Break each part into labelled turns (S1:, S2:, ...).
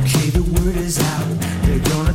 S1: Okay, the word is out. They're gonna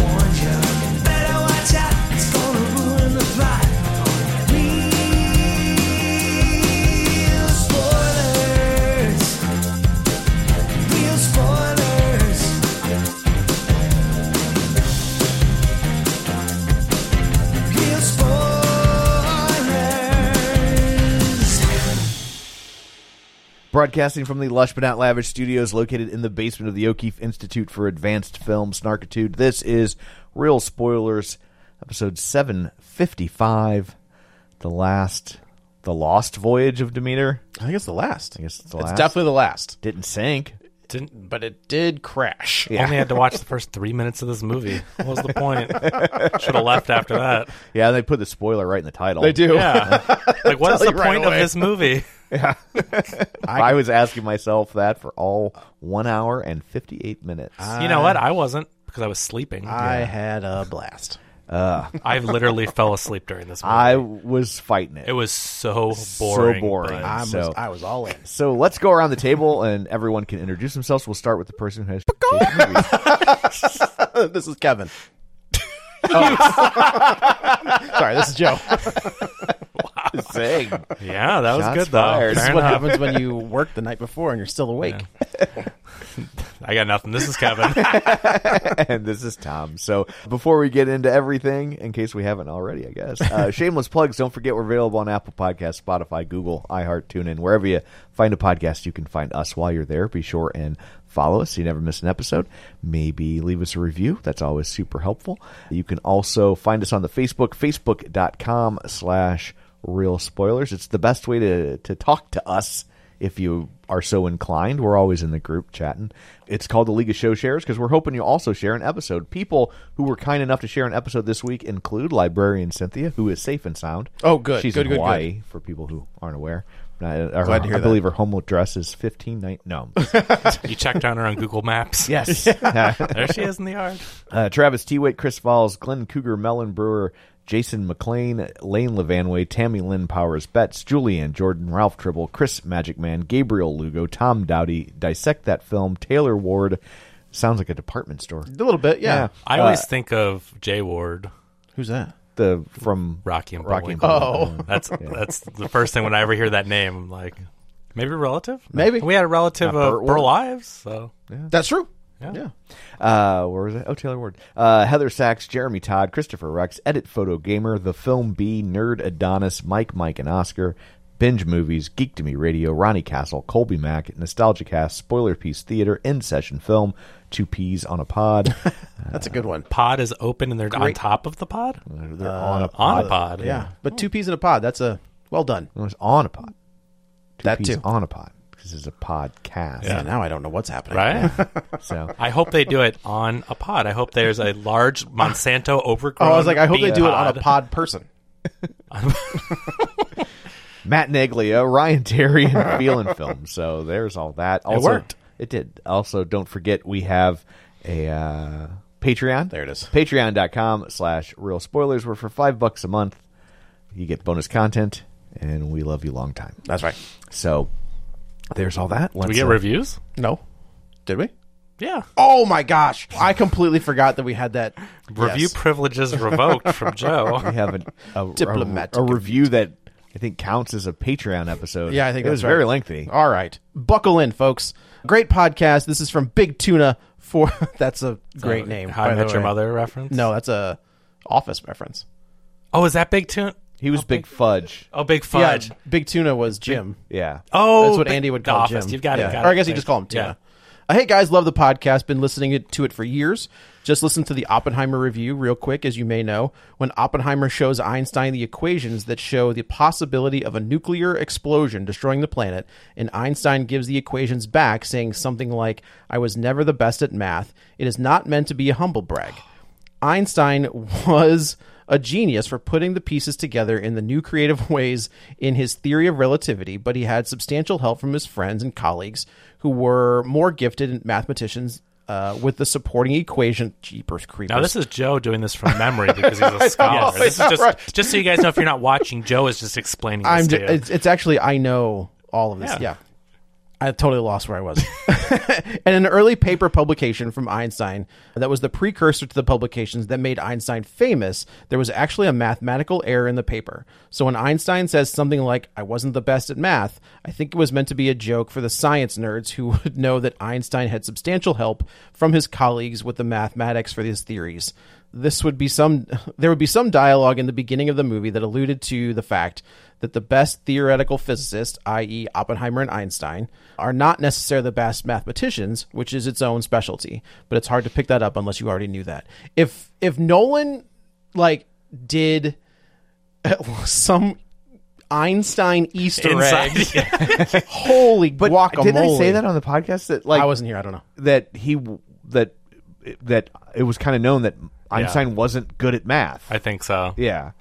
S1: warned you. Better watch out, it's gonna ruin the plot. Real spoilers. Real spoilers. Real spoilers.
S2: Broadcasting from the lush but not lavish studios located in the basement of the O'Keefe Institute for Advanced Film Snarkitude, this is Real Spoilers, episode 755, the last, the lost voyage of Demeter.
S3: I think it's the last.
S2: I guess it's the
S3: It's
S2: last.
S3: definitely the last.
S2: Didn't sink.
S3: Didn't, but it did crash.
S4: Only had to watch the first three minutes of this movie. What was the point? Should have left after that.
S2: Yeah, they put the spoiler right in the title.
S3: They do.
S4: Yeah. Like, what is
S2: Tell
S4: the
S2: you right
S4: point
S2: away.
S4: of this movie?
S2: I was asking myself that for all one hour and 58 minutes.
S3: Ah.
S4: You know what? I wasn't because I was sleeping.
S3: I had a blast.
S4: I literally fell asleep during this movie.
S2: I was fighting it.
S4: it was so
S2: So
S4: boring.
S2: boring.
S4: but-
S3: I was,
S2: So-
S3: I was all in.
S2: So let's go around the table and everyone can introduce themselves. We'll start with the person who has.
S3: this is Kevin. Sorry, this is Joe.
S2: Zing.
S4: yeah, that was
S2: Shots
S4: good, though.
S2: fired.
S3: This
S4: Fair
S3: is what
S4: enough.
S3: happens when you work the night before and you're still awake.
S4: I got nothing. This is Kevin.
S2: and this is Tom. So before we get into everything, in case we haven't already, I guess, uh, shameless plugs. Don't forget we're available on Apple Podcasts, Spotify, Google, iHeart, TuneIn, wherever you find a podcast, you can find us while you're there. Be sure and follow us so you never miss an episode. Maybe leave us a review. That's always super helpful. You can also find us on the Facebook, facebook.com slash real spoilers. It's the best way to, to talk to us if you are so inclined. We're always in the group chatting. It's called the League of Show Shares because we're hoping you also share an episode. People who were kind enough to share an episode this week include librarian Cynthia, who is safe and sound.
S3: Oh, good.
S2: She's
S3: Good,
S2: in
S3: good,
S2: Hawaii for people who aren't aware. Uh, her-
S3: Glad to hear
S2: I
S3: that.
S2: believe her home address is fifteen nine. No,
S4: you checked on her on Google Maps.
S2: yes.
S4: There she is in the yard.
S2: Uh, Travis Tewitt, Chris Falls, Glenn Cougar, Mellon Brewer, Jason McLean, Lane Levanway, Tammy Lynn Powers, Betts, Julian, Jordan, Ralph Tribble, Chris Magic Man, Gabriel Lugo, Tom Dowdy, Dissect That Film, Taylor Ward. Sounds like a department store.
S3: A little bit, yeah.
S4: I
S2: Uh,
S4: always think of Jay Ward,
S3: Who's that?
S2: The from
S4: Rocky and
S2: Rocky and
S3: Oh.
S2: Bullwinkle.
S4: That's that's the first thing when I ever hear that name. I'm like, maybe a relative.
S3: Maybe.
S4: we had a relative
S2: Not
S4: of
S2: Burt
S4: Burl
S2: Ward.
S4: Ives. So
S3: That's true.
S4: Yeah.
S2: Uh, where was it? Oh, Taylor Ward. Uh, Heather Sachs, Jeremy Todd, Christopher Rex, Edit Photo Gamer, The Film B, Nerd Adonis, Mike, Mike, and Oscar, Binge Movies, Geek to Me Radio, Ronnie Castle, Colby Mack, Nostalgia Cast, Spoiler Piece Theater, In Session Film, Two Peas on a Pod.
S3: That's a good one.
S4: pod is open and they're on top of the pod.
S2: They're on a
S4: on a
S2: pod.
S4: pod.
S3: Uh, Yeah. Oh. But two peas in a pod, that's a well done.
S2: It was on a pod. Two
S3: That
S2: Peas
S3: too.
S2: on a pod because it's a podcast.
S3: Yeah, now I don't know what's happening.
S4: Right.
S2: So
S4: I hope they do it on a pod. I hope there's a large Monsanto
S3: Oh,
S4: overgrown.
S3: I was like, I hope they
S4: bean
S3: do it on a pod
S4: pod.
S3: person.
S2: Matt Neglia, Ryan Terry, and Phelan Film. So there's all that. Also,
S3: worked.
S2: It did. Also, don't forget we have a uh, Patreon.
S3: There it is.
S2: Patreon.com slash real spoilers. We're for five bucks a month. You get bonus content, and we love you long time.
S3: That's right.
S2: So there's all that.
S4: Did we get reviews?
S3: No, did we?
S4: Yeah.
S3: Oh my gosh! I completely forgot that we had that
S4: Review
S3: Yes.
S4: privileges revoked from Joe.
S2: we have an, a, a-
S3: Diplomatic
S2: a, review that I think counts as a Patreon episode.
S3: Yeah, I think
S2: it
S3: that's
S2: was
S3: right.
S2: very lengthy.
S3: All right, buckle in, folks. Great podcast. This is from Big Tuna. For that's a great name.
S4: Uh, How I
S3: by the
S4: Met Your
S3: way.
S4: Mother reference?
S3: No, that's a Office reference.
S4: Oh, is that Big Tune?
S2: He was big fudge.
S4: Oh, Big Fudge.
S3: Yeah, Big Tuna was Jim.
S2: Yeah.
S4: Oh,
S3: That's what
S4: Big-
S3: Andy would
S4: The
S3: call
S4: Office.
S3: Jim.
S4: You've got
S3: Yeah.
S4: it. got
S3: or I
S4: it.
S3: guess you
S4: Thanks.
S3: just call him Tuna.
S4: Yeah.
S3: Uh, hey guys, love the podcast. Been listening it- to it for years. Just listened to the Oppenheimer review real quick, as you may know. When Oppenheimer shows Einstein the equations that show the possibility of a nuclear explosion destroying the planet, and Einstein gives the equations back, saying something like, I was never the best at math. It is not meant to be a humble brag. Einstein was a genius for putting the pieces together in the new creative ways in his theory of relativity, but he had substantial help from his friends and colleagues who were more gifted mathematicians uh, with the supporting equation. Jeepers creepers.
S4: Now this is Joe doing this from memory because he's a scholar. this is just just so you guys know if you're not watching, Joe is just explaining this
S3: I'm
S4: to
S3: ju-
S4: you.
S3: it's, it's actually I know all of this.
S4: Yeah.
S3: Yeah. I totally lost where I was. and an early paper publication from Einstein that was the precursor to the publications that made Einstein famous, there was actually a mathematical error in the paper. So when Einstein says something like, I wasn't the best at math, I think it was meant to be a joke for the science nerds who would know that Einstein had substantial help from his colleagues with the mathematics for his theories this would be some there would be some dialogue in the beginning of the movie that alluded to the fact that the best theoretical physicists i.e. Oppenheimer and Einstein are not necessarily the best mathematicians which is its own specialty but it's hard to pick that up unless you already knew that if if Nolan like did some Einstein Easter
S4: Inside-
S3: egg holy guacamole
S2: didn't I say that on the podcast that like
S3: I wasn't here I don't know
S2: that he w- that that it was kind of known that Einstein wasn't good at math.
S4: I think so.
S2: yeah.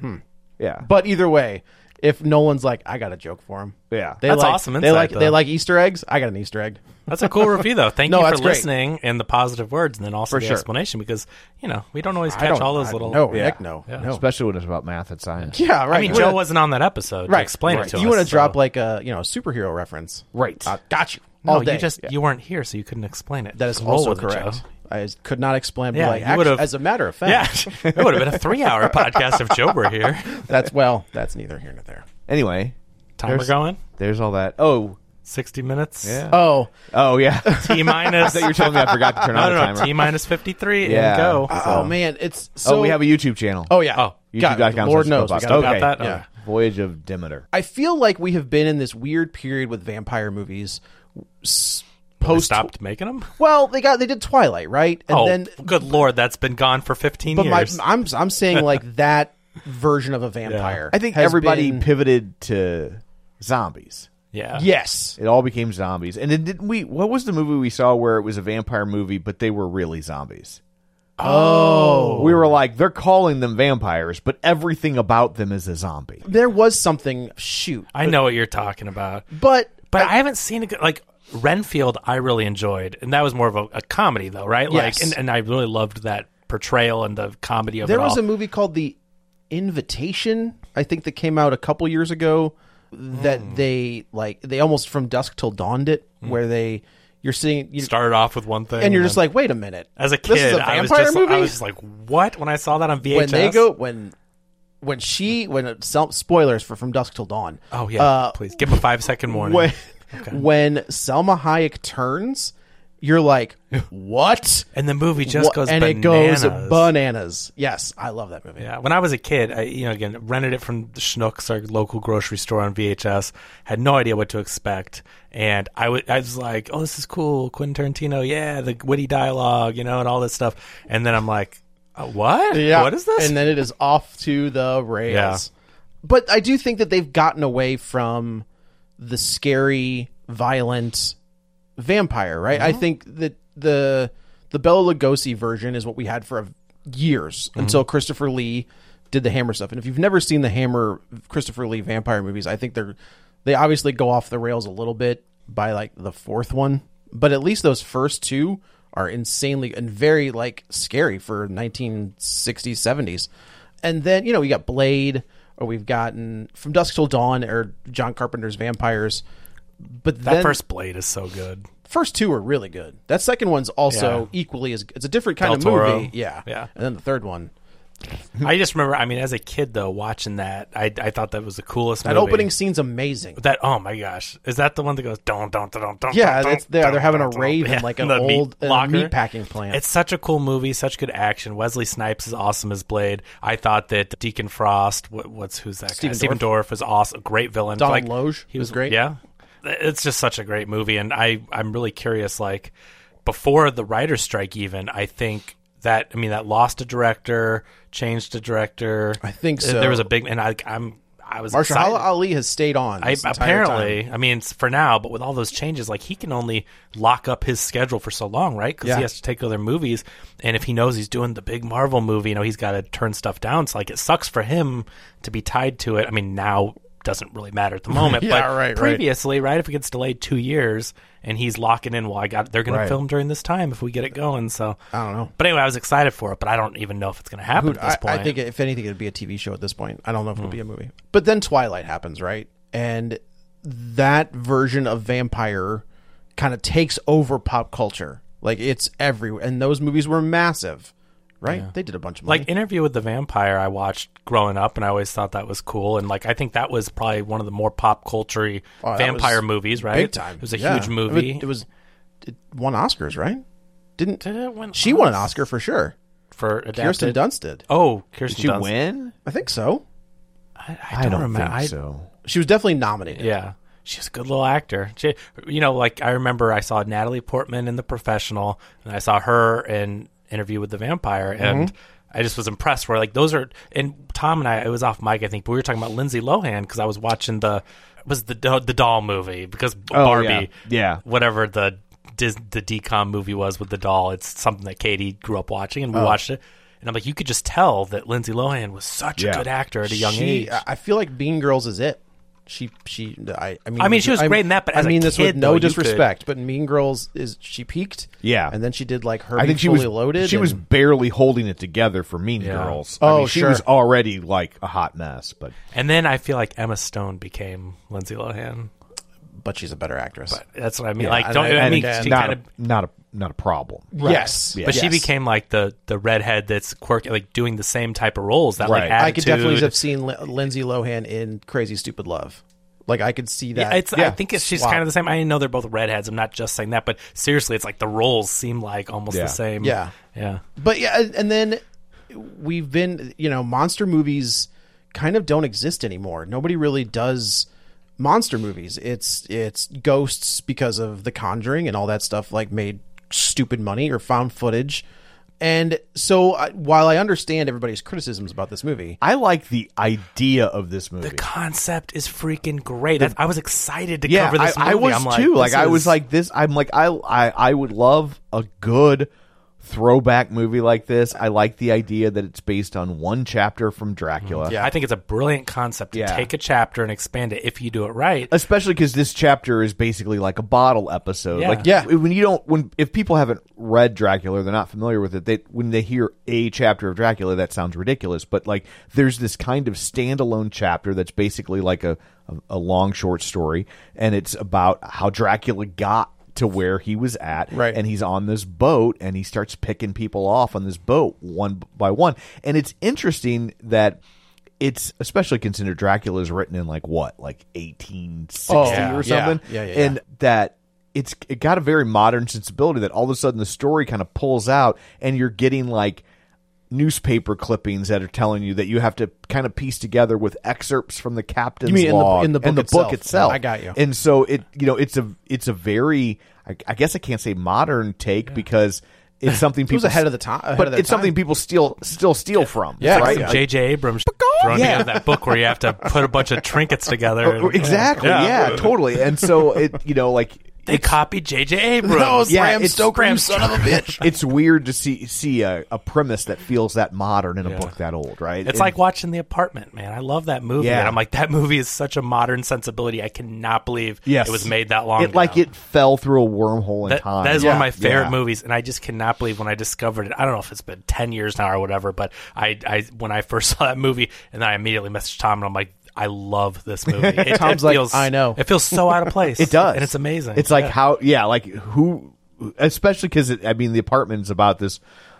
S3: Hmm.
S2: Yeah.
S3: But either way, if Nolan's like, I got a joke for him.
S2: Yeah.
S3: they
S4: That's
S3: like,
S4: awesome
S3: They
S4: insight,
S3: like
S4: though.
S3: they like Easter eggs. I got an Easter egg.
S4: That's a cool review though. Thank
S3: No,
S4: you
S3: that's
S4: for
S3: great.
S4: listening and the positive words and then also
S3: For
S4: the
S3: sure.
S4: explanation because you know, we don't always
S3: I
S4: catch
S3: don't-
S4: all those
S3: I-
S4: little
S3: No,
S2: Yeah.
S3: heck no,
S4: Yeah.
S3: no.
S2: Especially when it's about math and science.
S3: Yeah, right.
S4: I mean
S3: We're
S4: Joe
S3: gonna-
S4: wasn't on that episode
S3: right.
S4: to explain
S3: right.
S4: it to us.
S3: You want to
S4: so-
S3: drop like a you know superhero reference?
S2: Right.
S3: Uh, got you.
S4: no,
S3: All day.
S4: you just you weren't here so you couldn't explain it.
S3: that is
S4: Just roll
S3: also
S4: with it, Joe.
S3: correct. I could not explain. but
S4: Yeah,
S3: like,
S4: you
S3: act-
S4: would've-
S3: as a matter of
S4: Yeah.
S3: fact,
S4: it would have been a three hour podcast if Joe were here.
S3: that's well, that's neither here nor there.
S2: Anyway,
S4: Timer
S2: There's-
S4: going?
S2: there's all that. Oh,
S4: Sixty minutes.
S2: Yeah.
S3: Oh,
S2: oh yeah.
S4: T minus
S2: You're telling me I forgot to turn
S4: No
S2: on the
S4: no
S2: timer.
S4: no T minus fifty three
S2: Yeah.
S4: and go.
S2: Uh,
S3: oh man, it's so.
S2: oh, we have a YouTube channel.
S3: Oh yeah.
S4: Oh.
S3: God,
S2: YouTube.com
S3: Lord
S2: slash
S3: knows. We
S2: Robot.
S3: gotta-
S2: Okay.
S4: Got that?
S3: Yeah.
S4: Okay.
S2: Voyage of Demeter.
S3: I feel like we have been in this weird period with vampire movies. s-
S4: They
S3: Post
S4: stopped making them?
S3: Well, they got they did Twilight, right? And
S4: oh,
S3: then
S4: good lord, that's been gone for 15
S3: but my,
S4: years.
S3: I'm I'm saying like that version of a vampire.
S2: I think
S3: has
S2: everybody
S3: been-
S2: pivoted to zombies.
S4: yeah.
S3: yes.
S2: It all became zombies. And then didn't we what was the movie we saw where it was a vampire movie but they were really zombies? Oh. We were like they're calling them vampires, but everything about them is a zombie.
S3: There was something shoot.
S4: I know what you're talking about.
S3: But
S4: But I haven't seen a good, like, Renfield, I really enjoyed. And that was more of a, a comedy, though, right?
S3: Yes.
S4: Like, and, and I really loved that portrayal and the comedy of
S3: there
S4: it
S3: was
S4: all.
S3: a movie called The Invitation, I think that came out a couple years ago that
S4: Hmm.
S3: they like they almost from dusk till dawned it where they you're seeing you
S4: Started off with one thing.
S3: and you're just
S4: then-
S3: like wait a minute.
S4: as a
S3: this is
S4: kid,
S3: a
S4: I was
S3: vampire
S4: just,
S3: movie?
S4: I was just like, what? When I saw that on VHS?
S3: when they go when when she when it- some spoilers for from dusk till dawn.
S4: Oh, yeah.
S3: Uh,
S4: please give them a five second warning.
S3: when when Selma Hayek turns, you're like, what?
S4: And the movie just
S3: What?
S4: goes
S3: and
S4: bananas.
S3: it goes bananas. Yes, I love that movie.
S4: Yeah, when I was a kid, I you know again rented it from the Schnucks, our local grocery store on VHS. Had no idea what to expect, and I wa- I was like, "Oh, this is cool, Quentin Tarantino, yeah, the witty dialogue, you know, and all this stuff." And then I'm like, uh, "What? What is this?"
S3: And then it is off to the rails. But I do think that they've gotten away from the scary, violent vampire, right?
S4: Mm-hmm.
S3: I think that
S4: Mm-hmm.
S3: the the Bela Lugosi version is what we had for years until Christopher Lee did the Hammer stuff. And if you've never seen the Hammer Christopher Lee vampire movies, I think they're they obviously go off the rails a little bit by like the fourth one, but at least those first two are insanely and very like scary for 1960s 70s. And then, you know, we got Blade or we've gotten From Dusk Till Dawn or John Carpenter's Vampires. But
S4: That
S3: then,
S4: first blade is so good.
S3: first two are really good. That second one's also equally as it's a different kind
S4: Del
S3: of
S4: Toro.
S3: movie. Yeah.
S4: Yeah.
S3: And then the third one.
S4: I just remember. I mean, as a kid though, watching that, I I thought that was the coolest.
S3: That
S4: movie.
S3: opening scene's amazing.
S4: That oh my gosh, is that the one that goes don't don't don't don't?
S3: Yeah,
S4: don't,
S3: that's there. They're having a rave in,
S4: Yeah,
S3: like, an
S4: the meat
S3: old- in a
S4: locker.
S3: meatpacking plant.
S4: It's such a cool movie, such good action. Wesley Snipes is awesome as Blade. I thought that Deacon Frost, what, what's who's that?
S3: Stephen
S4: guy? Stephen Dorff is awesome, great villain.
S3: Donald Logue
S4: he
S3: was great.
S4: Yeah, it's just such a great movie, and I I'm really curious. Like before the writer's strike, even I think. That I mean, that lost a director, changed a director.
S3: I think
S4: There-
S3: so.
S4: There was a big, and I, I'm, I was excited.
S3: Marshala Ali has stayed on.
S4: I,
S3: this entire
S4: apparently,
S3: time.
S4: I mean, it's for now, but with all those changes, like he can only lock up his schedule for so long, right? Because
S3: Yeah.
S4: he has to take other movies, and if he knows he's doing the big Marvel movie, you know, he's got to turn stuff down. So like, it sucks for him to be tied to it. I mean, now doesn't really matter at the moment,
S3: Yeah,
S4: but
S3: right, right.
S4: previously, right. If it gets delayed two years and he's locking in, well, I got they're going
S3: Right.
S4: to film during this time if we get it going. So
S3: I don't know.
S4: But anyway, I was excited for it, but I don't even know if it's going to happen
S3: Dude,
S4: at this
S3: I,
S4: point. Hmm.
S3: I think if anything, it'd be a TV show at this point. I don't know if it'll be a movie. But then Twilight happens, right? And that version of vampire kind of takes over pop culture. Like it's everywhere, and those movies were massive, right? They did a bunch of money.
S4: like interview with the vampire i watched growing up and i always thought that was cool and like i think that was probably one of the more pop culture
S3: Oh, that
S4: vampire
S3: was
S4: movies right
S3: big time.
S4: it was a
S3: Yeah.
S4: huge movie
S3: I mean, It was it won Oscars, right? Didn't
S4: Did it win
S3: she won an
S4: Oscars?
S3: Oscar for sure?
S4: for adapted.
S3: Kirsten Dunst did.
S4: oh kirsten
S2: Did you
S4: Dunst.
S2: win?
S3: I think so.
S4: I, I don't, remember I-
S2: so.
S3: She was definitely nominated.
S4: yeah she's a good little actor she, you know like i remember i saw natalie portman in the professional and i saw her in interview with the vampire and I just was impressed. Where like those are, and Tom and I, it was off mic, I think, but we were talking about Lindsay Lohan because I was watching the it was the Do- the doll movie because Barbie,
S2: Yeah.
S4: whatever the Dis- the decom movie was with the doll. It's something that Katie grew up watching, and we watched it. And I'm like, you could just tell that Lindsay Lohan was such
S2: Yeah.
S4: a good actor at a young
S3: she,
S4: age.
S3: I- I feel like Bean Girls is it. She, she, I, I mean,
S4: I mean, she was
S3: I'm-
S4: great in that, but
S3: I
S4: as a
S3: mean this with
S4: kid,
S3: no
S4: though, you could-
S3: disrespect, but Mean Girls is she peaked,
S2: Yeah.
S3: and then she did like her.
S2: I think she
S3: fully
S2: was
S3: loaded.
S2: She was
S3: and-
S2: barely holding it together for Mean Girls. I
S3: Oh,
S2: mean, she
S3: sure.
S2: was already like a hot mess, but
S4: and then I feel like Emma Stone became Lindsay Lohan.
S3: but she's a better actress.
S4: That's what I mean.
S3: Yeah,
S4: like,
S3: and
S4: don't
S3: I-
S4: I,
S3: and
S4: mean?
S3: again-
S4: She
S2: not
S4: kind of,
S2: a, not a not a problem.
S3: Yes,
S4: but she
S3: Yes.
S4: became like the the redhead that's quirky, like doing the same type of roles. That like
S2: Right.
S3: I could definitely
S4: attitude.
S3: have seen Li- Lindsay Lohan in Crazy Stupid Love. Like I could see that.
S4: Yeah, it's.
S2: yeah,
S4: I think it's, she's
S3: swap.
S4: kind of the same. I know they're both redheads. I'm not just saying that, but seriously, it's like the roles seem like almost
S2: Yeah.
S4: the same.
S3: Yeah.
S4: yeah.
S3: But yeah, and- and then we've been, you know, monster movies kind of don't exist anymore. Nobody really does monster movies. It's it's ghosts because of The Conjuring and all that stuff like made stupid money or found footage. And so I, while I understand everybody's criticisms about this movie,
S2: I like the idea of this movie.
S4: The concept is freaking great. That's- I was excited to
S2: yeah,
S4: cover this
S2: I, I
S4: movie.
S2: was
S4: I'm like,
S2: too.
S4: this
S2: Like I was
S4: is-
S2: like this. I'm like I, I I would love a good throwback movie like this. I like the idea that it's based on one chapter from Dracula.
S4: I think it's a brilliant concept to
S2: Yeah.
S4: take a chapter and expand it if you do it right.
S2: especially because this chapter is basically like a bottle episode.
S4: Yeah.
S2: Like,
S3: Yeah.
S2: when you don't, when if people haven't read Dracula, they're not familiar with it. They when they hear a chapter of Dracula, that sounds ridiculous. But like, there's this kind of standalone chapter that's basically like a a, a long short story, and it's about how Dracula got. To where he was at,
S3: Right.
S2: And he's on this boat, and he starts picking people off on this boat one by one. And it's interesting that it's especially considered Dracula is written in like what, like eighteen
S3: Oh,
S2: sixty
S3: yeah.
S2: or
S3: Yeah.
S2: something.
S3: Yeah, yeah, yeah.
S2: And that it's it got a very modern sensibility that all of a sudden the story kind of pulls out and you're getting like newspaper clippings that are telling you that you have to kind of piece together with excerpts from the captain's
S3: You mean in the-
S2: log
S3: in the book
S2: and the
S3: itself.
S2: book itself.
S3: I got you.
S2: And so it you know it's a it's a very I, I guess I can't say modern take because it's something people
S3: was ahead of the time- ahead
S2: but
S3: of their
S2: it's something
S3: time.
S2: people still still steal from.
S3: Yeah.
S2: right.
S3: It's like
S4: Some J.J. Abrams thrown
S2: Yeah. Oh,
S4: together that book where you have to put a bunch of trinkets together.
S2: Exactly. Yeah, totally. And so it, you know, like
S4: They copied J.J. Abrams.
S3: No, it's
S4: yeah,
S3: Bram Stoker, you son of a bitch.
S2: it's weird to see see a, a premise that feels that modern in a book that old, right?
S4: It's
S2: And-
S4: like watching The Apartment, man. I love that movie.
S2: Yeah.
S4: And I'm like, that movie is such a modern sensibility. I cannot believe
S2: Yes.
S4: it was made that long
S2: it like
S4: ago.
S2: it fell through a wormhole in
S4: That-
S2: time.
S4: that is one of my favorite
S2: Yeah.
S4: movies, and I just cannot believe when I discovered it. I don't know if it's been ten years now or whatever, but I, I when I first saw that movie, and then I immediately messaged Tom, and I'm like, I love this movie. It, it
S3: Tom's like,
S4: feels-
S3: "I know."
S4: it feels so out of place.
S2: It does,
S4: and it's amazing.
S2: It's like how, yeah, like who, especially because I mean, the apartment's about this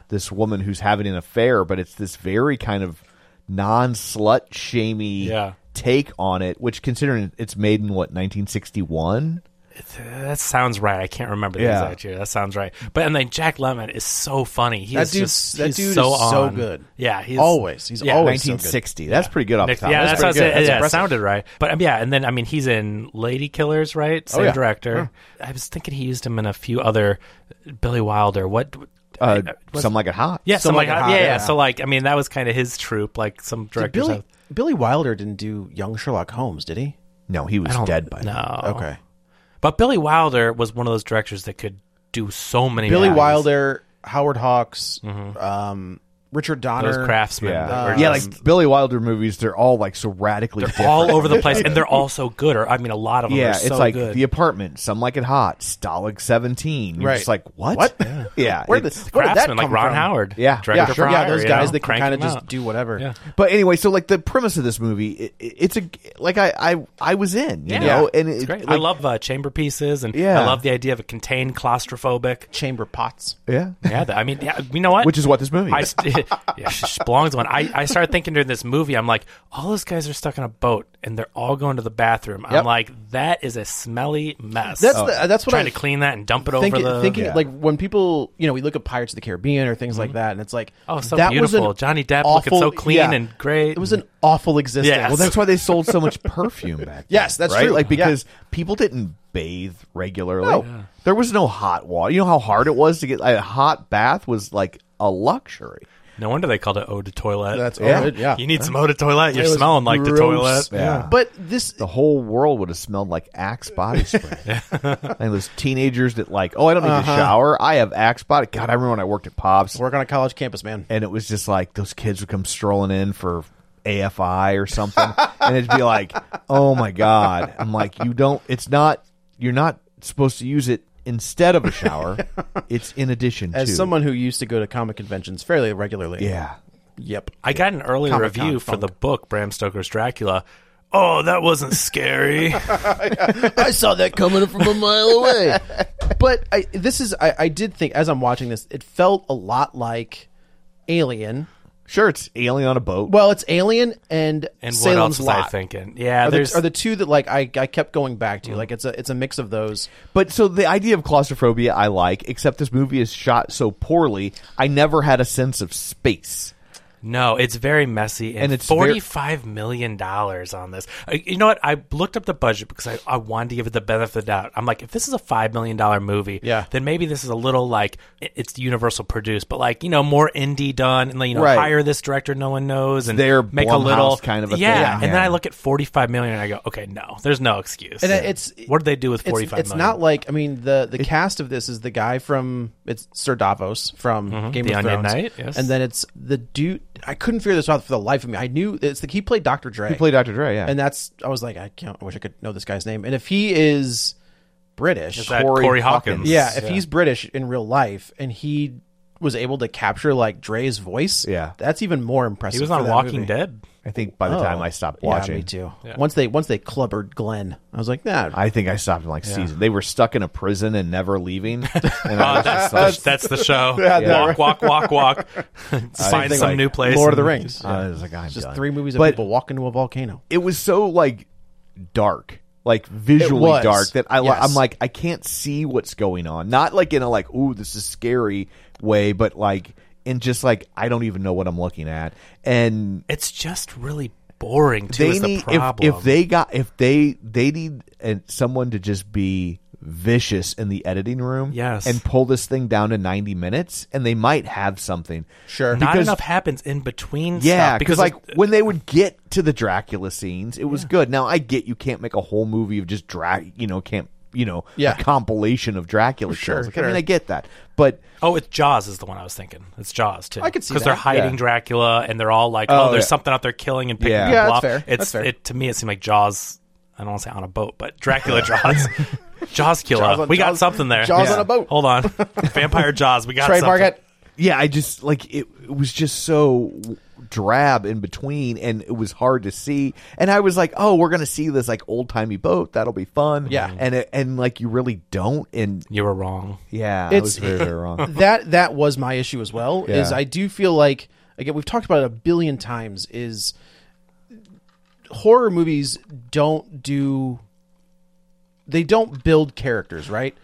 S2: this woman who's having an affair, but it's this very kind of non slut shamey
S4: Yeah.
S2: take on it. Which, considering it's made in what 1961,
S4: that sounds right. I can't remember the
S2: Yeah.
S4: exact year. That sounds right. But and then Jack Lemmon is so funny. He
S3: That
S4: is
S3: dude's-
S4: just
S3: that
S4: he's
S3: dude
S4: so
S3: is so
S4: on.
S3: good.
S4: Yeah, he's
S3: Always. He's
S4: yeah.
S3: always so good.
S2: 1960. That's pretty good off
S4: Nick-
S2: the top.
S4: yeah, that's,
S2: that's
S4: what
S2: pretty
S4: I was
S2: good.
S4: saying.
S2: That's
S4: Yeah, it
S2: impressive.
S4: sounded right. But um, yeah, and then I mean, he's in Lady Killers, right? Same
S2: yeah.
S4: director. I was thinking he used him in a few other Billy Wilder. What?
S2: Uh,
S4: was-
S2: some like it hot.
S4: yeah,
S2: some
S4: some like,
S2: it
S4: yeah, yeah, So like, I mean, that was kind of his troop. Like some
S3: Did
S4: directors.
S3: Billy
S4: have-
S3: Billy Wilder didn't do Young Sherlock Holmes, did he?
S2: no, he was
S4: I don't-
S2: dead by now.
S4: Oh, no.
S3: Okay.
S4: but Billy Wilder was one of those directors that could do so many.
S3: Billy
S4: movies.
S3: Wilder, Howard Hawks, um, Richard Donner.
S4: those craftsmen.
S2: Yeah,
S4: that were
S2: yeah,
S4: just-
S2: like Billy Wilder movies, they're all like so radically different.
S4: all over the place, and they're all so good. Or I mean, a lot of them.
S2: Yeah,
S4: are
S2: it's
S4: so
S2: like
S4: good.
S2: the apartment. Some like it hot. Stalag seventeen. You're
S3: Right.
S2: just like what?
S3: What?
S2: yeah.
S3: Where did
S2: it's-
S3: this- where did that
S4: craftsmen, like
S3: come
S4: Ron
S3: from?
S4: Howard.
S2: Yeah,
S4: director
S3: Yeah,
S4: for
S3: sure.
S4: Hire,
S3: Yeah, those
S4: you
S3: guys
S4: know,
S3: that can
S4: crank
S3: kind of
S4: them
S3: just
S4: out.
S3: do whatever.
S4: Yeah.
S2: But anyway, so like the premise of this movie, it, it's a like I I I was in, you know, and
S4: it's
S2: it-
S4: great. I
S2: like-
S4: love uh, chamber pieces, and
S2: Yeah.
S4: I love the idea of a contained claustrophobic.
S3: Chamber pots.
S2: yeah,
S4: Yeah, that, I mean, yeah, you know what?
S2: which is what this movie.
S4: I
S2: is.
S4: st- yeah, belongs one. I, I started thinking during this movie, I'm like, all those guys are stuck in a boat and they're all going to the bathroom. I'm
S3: Yep.
S4: like, that is a smelly mess.
S3: That's
S2: uh,
S3: the, that's what
S4: trying
S3: I
S4: to clean that and dump it
S3: thinking,
S4: over the.
S3: thinking
S2: Yeah.
S3: like when people you know we look at Pirates of the Caribbean or things like that, and it's like
S4: Oh, so
S3: that Was
S4: beautiful.
S3: an
S4: Johnny Depp looking so clean and great.
S3: It was an awful existence.
S4: Yes.
S2: well, that's why they sold so much perfume back. Then,
S3: Yes, that's
S2: right?
S3: true.
S2: Like
S3: Yeah.
S2: because people didn't bathe regularly.
S3: No. Yeah.
S2: There was no hot water. You know how hard it was to get a hot bath was like a luxury.
S4: no wonder they called it eau de toilette.
S3: that's
S2: Yeah.
S3: yeah. yeah.
S4: You need some eau de toilette. You're
S3: It was
S4: smelling like the
S3: gross.
S4: toilet.
S2: Yeah.
S3: But this
S2: the whole world would have smelled like Axe body spray. and those teenagers that like, oh, I don't need
S3: Uh-huh.
S2: to shower. I have Axe body. God, I remember when I worked at Pops,
S3: work on a college campus, man.
S2: and it was just like those kids would come strolling in for AFI or something, and it'd be like, oh my god. I'm like, you don't. It's not. You're not supposed to use it instead of a shower. it's in addition
S3: As
S2: to.
S3: someone who used to go to comic conventions fairly regularly,
S2: yeah.
S3: yep.
S4: I got an early
S3: Comic-Con
S4: review for
S3: funk.
S4: the book Bram Stoker's Dracula. Oh, that wasn't scary.
S3: I saw that coming from a mile away. But I, this is, I, I did think as I'm watching this, it felt a lot like Alien.
S2: Sure, it's alien on a boat.
S3: Well, it's Alien and,
S4: and what else
S3: Salem's
S4: was
S3: Lot.
S4: I thinking? Yeah,
S3: Are
S4: there's Mm-hmm.
S3: the, are the two that like I, I kept going back to. Like it's a it's a mix of those.
S2: But so the idea of claustrophobia I like, except this movie is shot so poorly, I never had a sense of space.
S4: No, it's very messy, and,
S2: And it's
S4: it's
S2: ver-
S4: forty-five million dollars on this. I, you know what? I looked up the budget because I, I wanted to give it the benefit of the doubt. I'm like, if this is a five million dollar movie,
S3: Yeah.
S4: then maybe this is a little like it- it's Universal produced, but like you know more indie done, and like, you know
S2: Right.
S4: hire this director no one knows, and
S2: Their
S4: make a little
S2: Blumhouse kind of a
S4: yeah.
S2: thing.
S4: And then
S2: Yeah.
S4: I look at forty-five million, and I go, okay, no, there's no excuse.
S3: And
S4: Yeah.
S3: it's
S4: what did they do with
S3: it's-
S4: forty-five
S3: It's,
S4: million?
S3: not like I mean the the cast of this is the guy from it's Sir Davos from Game
S4: Mm-hmm. The
S3: of
S4: Onion
S3: Thrones,
S4: Knight, yes.
S3: and then it's the dude. I couldn't figure this out for the life of me. I knew it's the he played Doctor Dre.
S2: Play Dr. Dre, yeah.
S3: and that's I was like I can't. I wish I could know this guy's name. And if he is British,
S4: Is that
S2: Corey
S4: Corey,
S2: Hawkins.
S4: Hawkins.
S3: yeah, if he's British in real life and he was able to capture like Dre's voice,
S2: Yeah.
S3: that's even more impressive.
S4: he was
S3: for
S4: on
S3: that
S4: Walking
S3: movie.
S4: Dead.
S2: I think by the time I stopped watching,
S3: Oh. Yeah, me too. Once they once they clubbered Glenn, I was like, nah.
S2: I think I stopped in like season. They were stuck in a prison and never leaving. And I
S4: Oh,
S2: was just
S4: that's, that's,
S2: like,
S4: that's the show.
S2: that
S4: walk, walk, walk, walk, Find some
S2: like
S4: new place.
S3: Lord of the
S4: and-
S3: Rings. Uh,
S2: I was like, I'm
S3: Just
S2: done.
S3: three movies of
S2: But-
S3: people walk into a volcano.
S2: It was so like dark, like visually
S3: was,
S2: dark that I li-
S3: yes.
S2: I'm like I can't see what's going on. Not like in a like ooh this is scary way, but like in just like I don't even know what I'm looking at. And
S4: It's just really boring. Too,
S2: they
S4: is the
S2: need if,
S4: problem.
S2: if they got if they they need uh, someone to just be vicious in the editing room
S4: Yes.
S2: and pull this thing down to 90 minutes and they might have something
S3: Sure.
S4: not
S2: because-
S4: enough happens in between.
S2: yeah
S4: stuff,
S2: because
S4: because uh,
S2: like
S4: it-
S2: when they would get to the dracula scenes it was good now i get you can't make a whole movie of just drag you know can't you know,
S3: Yeah.
S2: a compilation of Dracula
S3: Sure,
S2: kills. Like, I mean,
S3: sure.
S2: I get that, but
S4: Oh, it's Jaws is the one I was thinking. It's Jaws too.
S3: I could see
S4: because they're
S3: that,
S4: hiding
S2: yeah.
S4: Dracula and they're all like, "Oh,
S2: Oh,
S4: there's
S2: yeah.
S4: something out there killing and picking
S2: Yeah.
S4: people
S3: Yeah, that's
S4: off."
S3: fair.
S4: It's
S3: That's fair.
S4: it to me. It seemed like Jaws. I don't want to say on a boat, but Dracula Jaws, Jaws killer.
S3: Jaws on-
S4: we got
S3: Jaws-
S4: something there.
S3: Jaws on a boat.
S4: Hold on, vampire Jaws. We got
S3: Trademark
S4: something.
S3: it.
S2: yeah, I just like it, it was just so drab in between and it was hard to see. And I was like, "Oh, we're going to see this like old-timey boat. That'll be fun."
S3: Yeah.
S2: And it, and like you really don't and
S4: You were wrong.
S2: yeah, I
S3: It's-
S2: was very, very wrong.
S3: that that was my issue as well. Is
S2: Yeah.
S3: I do feel like again we've talked about it a billion times. Is horror movies don't do they don't build characters right,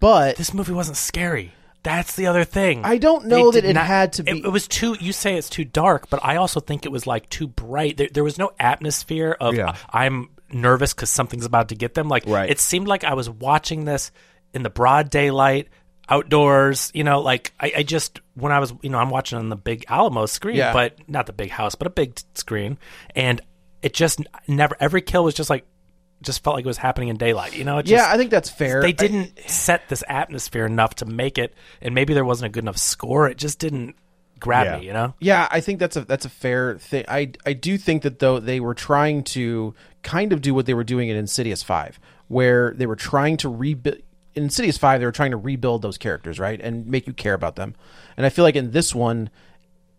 S3: but
S4: This movie wasn't scary. That's the other thing.
S3: I don't know that it
S4: did
S3: had to be-
S4: It, it was too. You say it's too dark, but I also think it was like too bright. There, there was no atmosphere of uh,
S2: Yeah.
S4: I'm nervous because something's about to get them. Like
S2: Right.
S4: it seemed like I was watching this in the broad daylight, outdoors. You know, like I, I just when I was you know I'm watching on the big Alamo screen,
S3: Yeah.
S4: but not the big house, but a big t- screen, and it just n- never every kill was just like just felt like it was happening in daylight. You know, it just,
S3: yeah, I think that's fair.
S4: they
S3: I-
S4: didn't set this atmosphere enough to make it, and maybe there wasn't a good enough score. It just didn't grab me, you know.
S3: Yeah, I think that's a that's a fair thing. I I do think that though they were trying to kind of do what they were doing in Insidious Five, where they were trying to rebuild. In Insidious Five, they were trying to rebuild those characters, right, and make you care about them. And I feel like in this one,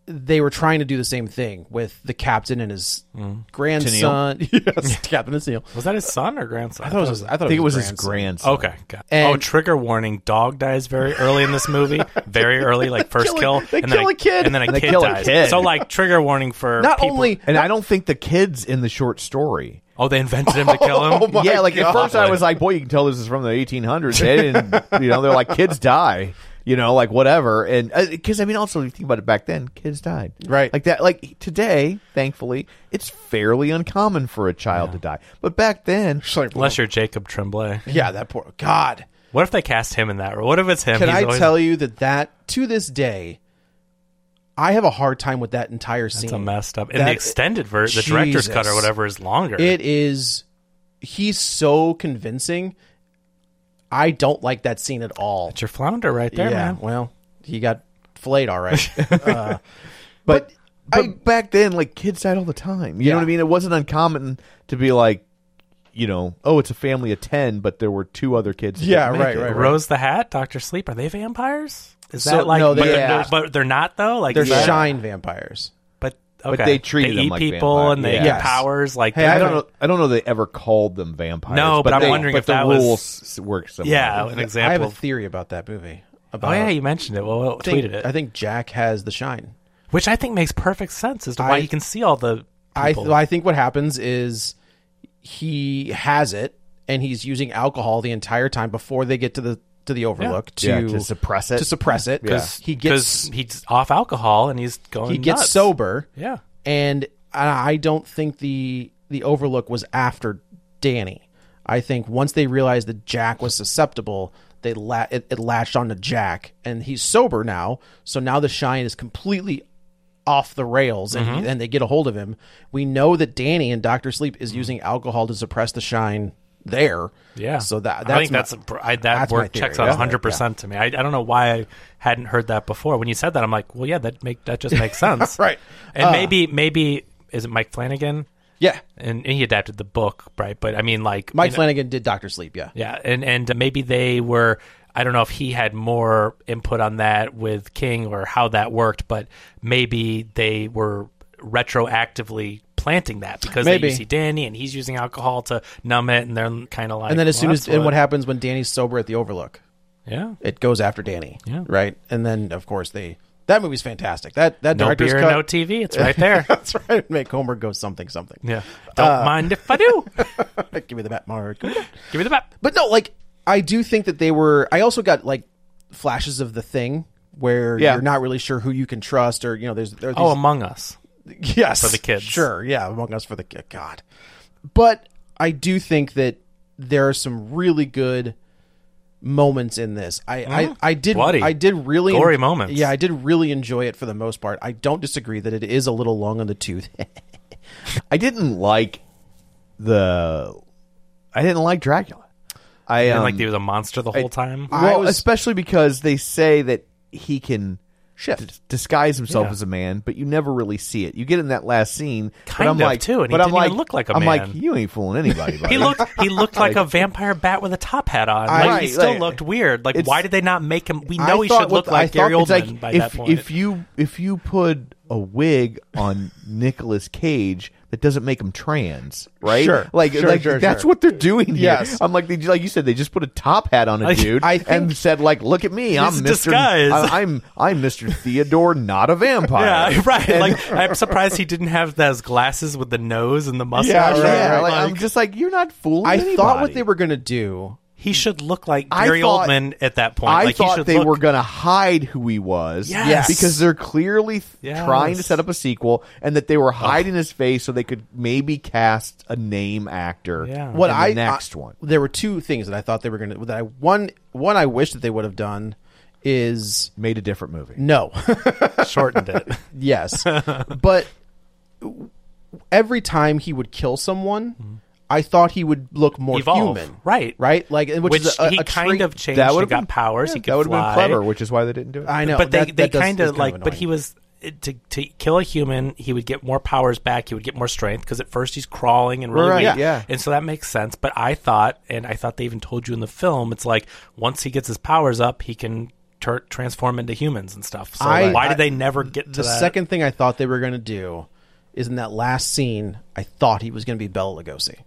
S3: they were trying to do the same thing with the captain and his grandson. Yes, Captain Tennille.
S4: Was that his son or grandson?
S3: I thought it was. I, thought
S2: I think it was his
S3: grandson.
S2: grandson.
S4: Okay. Got
S3: And-
S4: oh, trigger warning! Dog dies very early in this movie. Very early, like first
S3: kill a-
S4: kill,
S3: they
S4: and then
S3: kill a kid.
S4: and then a
S2: They
S4: kid
S2: kill a
S4: dies.
S2: kid.
S4: So like trigger warning for
S3: Not
S4: people-
S3: only
S2: And I don't think the kids in the short story
S4: Oh, they invented him to kill
S3: Oh
S4: him.
S2: yeah, like at first I
S4: Awful.
S2: was like, boy, you can tell this is from the 1800s. They didn't, you know, they're like, kids die, you know, like whatever. And because I mean, also if you think about it back then, kids died,
S3: Right.
S2: Like that. Like today, thankfully, it's fairly uncommon for a child to die, but back then,
S4: unless you're Jacob Tremblay.
S3: yeah, that poor God.
S4: What if they cast him in that? role? What if it's him?
S3: Can
S4: He's
S3: I
S4: always-
S3: tell you that that to this day, I have a hard time with that entire scene.
S4: It's a messed up. And the
S3: That-
S4: extended version, the director's cut
S3: Jesus.
S4: or whatever, is longer.
S3: It is. He's so convincing. I don't like that scene at all.
S4: it's your flounder right there,
S3: yeah.
S4: man.
S3: Well, he got flayed all right.
S2: but but
S3: I-
S2: back then, like kids died all the time. You
S3: Yeah.
S2: know what I mean? It wasn't uncommon to be like, you know, oh, it's a family of ten, but there were two other kids. that
S3: Yeah,
S2: didn't make
S3: right,
S2: it.
S3: right, right.
S4: Rose the Hat, Doctor Sleep, are they vampires? Is
S3: So-
S4: that like?
S3: no, they-
S4: but, they're
S3: yeah.
S4: not, but they're not though. Like
S3: They're
S4: yeah.
S3: shine vampires.
S4: but okay.
S2: But they treat them
S4: eat
S2: like
S4: people
S2: vampires.
S4: and they
S2: Yeah.
S4: get
S3: Yes.
S4: powers. Like
S3: Hey,
S4: they're-
S2: I don't know. I don't know. They ever called them vampires.
S4: No, but I'm
S2: they-
S4: wondering
S2: but
S4: if
S2: the
S4: that was-
S2: rules work. Similar.
S4: Yeah, an
S3: I have
S4: example.
S3: a
S4: of-
S3: theory about that movie. About
S4: oh yeah, you mentioned it. Well, well
S3: I think,
S4: tweeted it,
S3: I think Jack has the shine.
S4: which I think makes perfect sense as to why
S3: I-
S4: you can see all the.
S3: I
S4: people.
S3: I think what happens is he has it and he's using alcohol the entire time before they get to the to the overlook to,
S2: Yeah, to suppress it.
S3: to suppress it because he gets
S4: 'Cause he's off alcohol and he's going.
S3: he gets
S4: nuts.
S3: sober
S4: Yeah.
S3: and I I don't think the the Overlook was after Danny. I think once they realized that Jack was susceptible, they la- it, it latched onto Jack, and he's sober now. So now the shine is completely off the rails, and,
S4: Mm-hmm.
S3: he- and they get a hold of him. We know that Danny and Doctor Sleep is using alcohol to suppress the shine there.
S4: Mm-hmm. Yeah.
S3: So that that's
S4: I think
S3: my-
S4: that's a pr- I, that
S3: that's my
S4: work
S3: theory,
S4: checks out
S3: yeah.
S4: 100 percent to me. I, I don't know why I hadn't heard that before. When you said that, I'm like, well, yeah, that make that just makes sense,
S3: Right. Uh.
S4: And maybe maybe is it Mike Flanagan?
S3: yeah.
S4: And, and he adapted the book, right? But I mean, like
S3: Mike
S4: you know-
S3: Flanagan did Doctor Sleep. Yeah.
S4: uh, yeah, and and maybe they were. I don't know if he had more input on that with King or how that worked, but maybe they were retroactively planting that because
S3: Maybe.
S4: they see Danny and he's using alcohol to numb it, and they're kind of like.
S3: And then as
S4: well,
S3: soon as
S4: that's
S3: and what happens when Danny's sober at the Overlook?
S4: Yeah.
S3: it goes after Danny.
S4: Yeah.
S3: Right. And then of course they that movie's fantastic. That that
S4: No
S3: director's
S4: beer,
S3: cut.
S4: no TV. It's right there.
S3: That's right. Make Homer go something something.
S4: yeah. Don't
S2: Uh,
S4: mind if I do.
S3: Give me the bat mark.
S4: Give me the map.
S3: But no, like I do think that they were. I also got like flashes of the thing where
S2: Yeah.
S3: you're not really sure who you can trust, or you know, there's there are these,
S4: Oh, Among Us.
S3: yes for
S4: the kids.
S3: Sure, yeah, Among Us for the kid. God, but I do think that there are some really good moments in this. I I, I did
S4: Mm-hmm. Bloody.
S3: I did really
S4: Gory moments.
S3: Yeah, I did really enjoy it for the most part. I don't disagree that it is a little long on the tooth.
S2: I didn't like the. I didn't like Dracula. I
S4: and
S2: um,
S4: like he was a monster the whole time.
S3: I
S2: well,
S3: was-
S2: especially because they say that he can
S3: Shift.
S2: d- disguise himself
S4: Yeah.
S2: as a man, but you never really see it. You get in that last scene, but
S4: Kind
S2: I'm
S4: of,
S2: like,
S4: too, and he
S2: but I'm
S4: didn't even
S2: like,
S4: look like a
S2: I'm
S4: man.
S2: like, you ain't fooling anybody. buddy.
S4: he looked he looked like, a vampire bat with a top hat on. Like
S2: Right,
S4: he still
S2: like-
S4: looked weird. Like
S2: it's-
S4: why did they not make him? We know
S2: I
S4: he
S2: thought
S4: should
S2: what-
S4: look like
S2: I
S4: Gary
S2: thought
S4: Oldman
S2: it's like
S4: by
S2: if,
S4: that point.
S2: If you if you put a wig on Nicolas Cage, that doesn't make him trans, right?
S3: Sure.
S2: Like,
S3: Sure,
S2: like
S3: sure,
S2: that's
S3: sure.
S2: what they're doing here.
S3: Yes.
S2: I'm like they, like you said, they just put a top hat on a
S4: I-
S2: dude
S3: I think-
S2: and said like, look at me, I'm
S4: He's
S2: Mister,
S4: disguised.
S2: I, am I'm Mister Theodore, not a vampire.
S4: yeah, right. like I'm surprised he didn't have those glasses with the nose and the mustache.
S3: right,
S2: Yeah,
S3: right,
S2: like,
S3: like-
S2: I'm just like you're not fooling.
S3: I thought what
S2: anybody.
S3: they were going to do.
S4: He should look like
S2: I
S4: Gary
S2: thought-
S4: Oldman at that point.
S2: I
S4: like, he
S2: thought
S4: should
S2: they
S4: look,
S2: were going to hide who he was.
S4: Yes.
S2: Because they're clearly th-
S4: Yes.
S2: trying to set up a sequel and that they were hiding his face so they could maybe cast a name actor
S4: Yeah.
S2: in
S3: What
S2: the
S3: I uh,
S2: next
S3: I-
S2: one.
S3: There were two things that I thought they were going to. That I one one I wish that they would have done is
S2: Made a different movie.
S3: no.
S4: shortened it.
S3: Yes. but every time he would kill someone, I thought he would look more
S4: Mm-hmm. Evolve.
S3: human.
S4: Right.
S3: Right? Like which,
S4: Which,
S3: is a,
S4: he
S3: a
S4: kind
S3: trait-
S4: of changed.
S2: That
S4: he
S2: would
S4: got
S2: have been
S4: powers.
S2: yeah,
S4: he could
S2: that would have
S4: fly.
S2: been clever, which is why they didn't do it.
S3: I know.
S4: but they
S3: that-
S4: they
S3: that does-
S4: kind
S3: is
S4: of like but
S3: annoying.
S4: he was to to kill a human he would get more powers back he would get more strength because at first he's crawling and really
S2: Right,
S4: weak
S2: yeah.
S4: and so that makes sense but I thought and I thought they even told you in the film it's like once he gets his powers up he can tur transform into humans and stuff so
S3: I-
S4: why
S3: I-
S4: did they never get to
S3: the
S4: that?
S3: second thing I thought they were going to do is in that last scene, I thought he was going to be Bela Lugosi.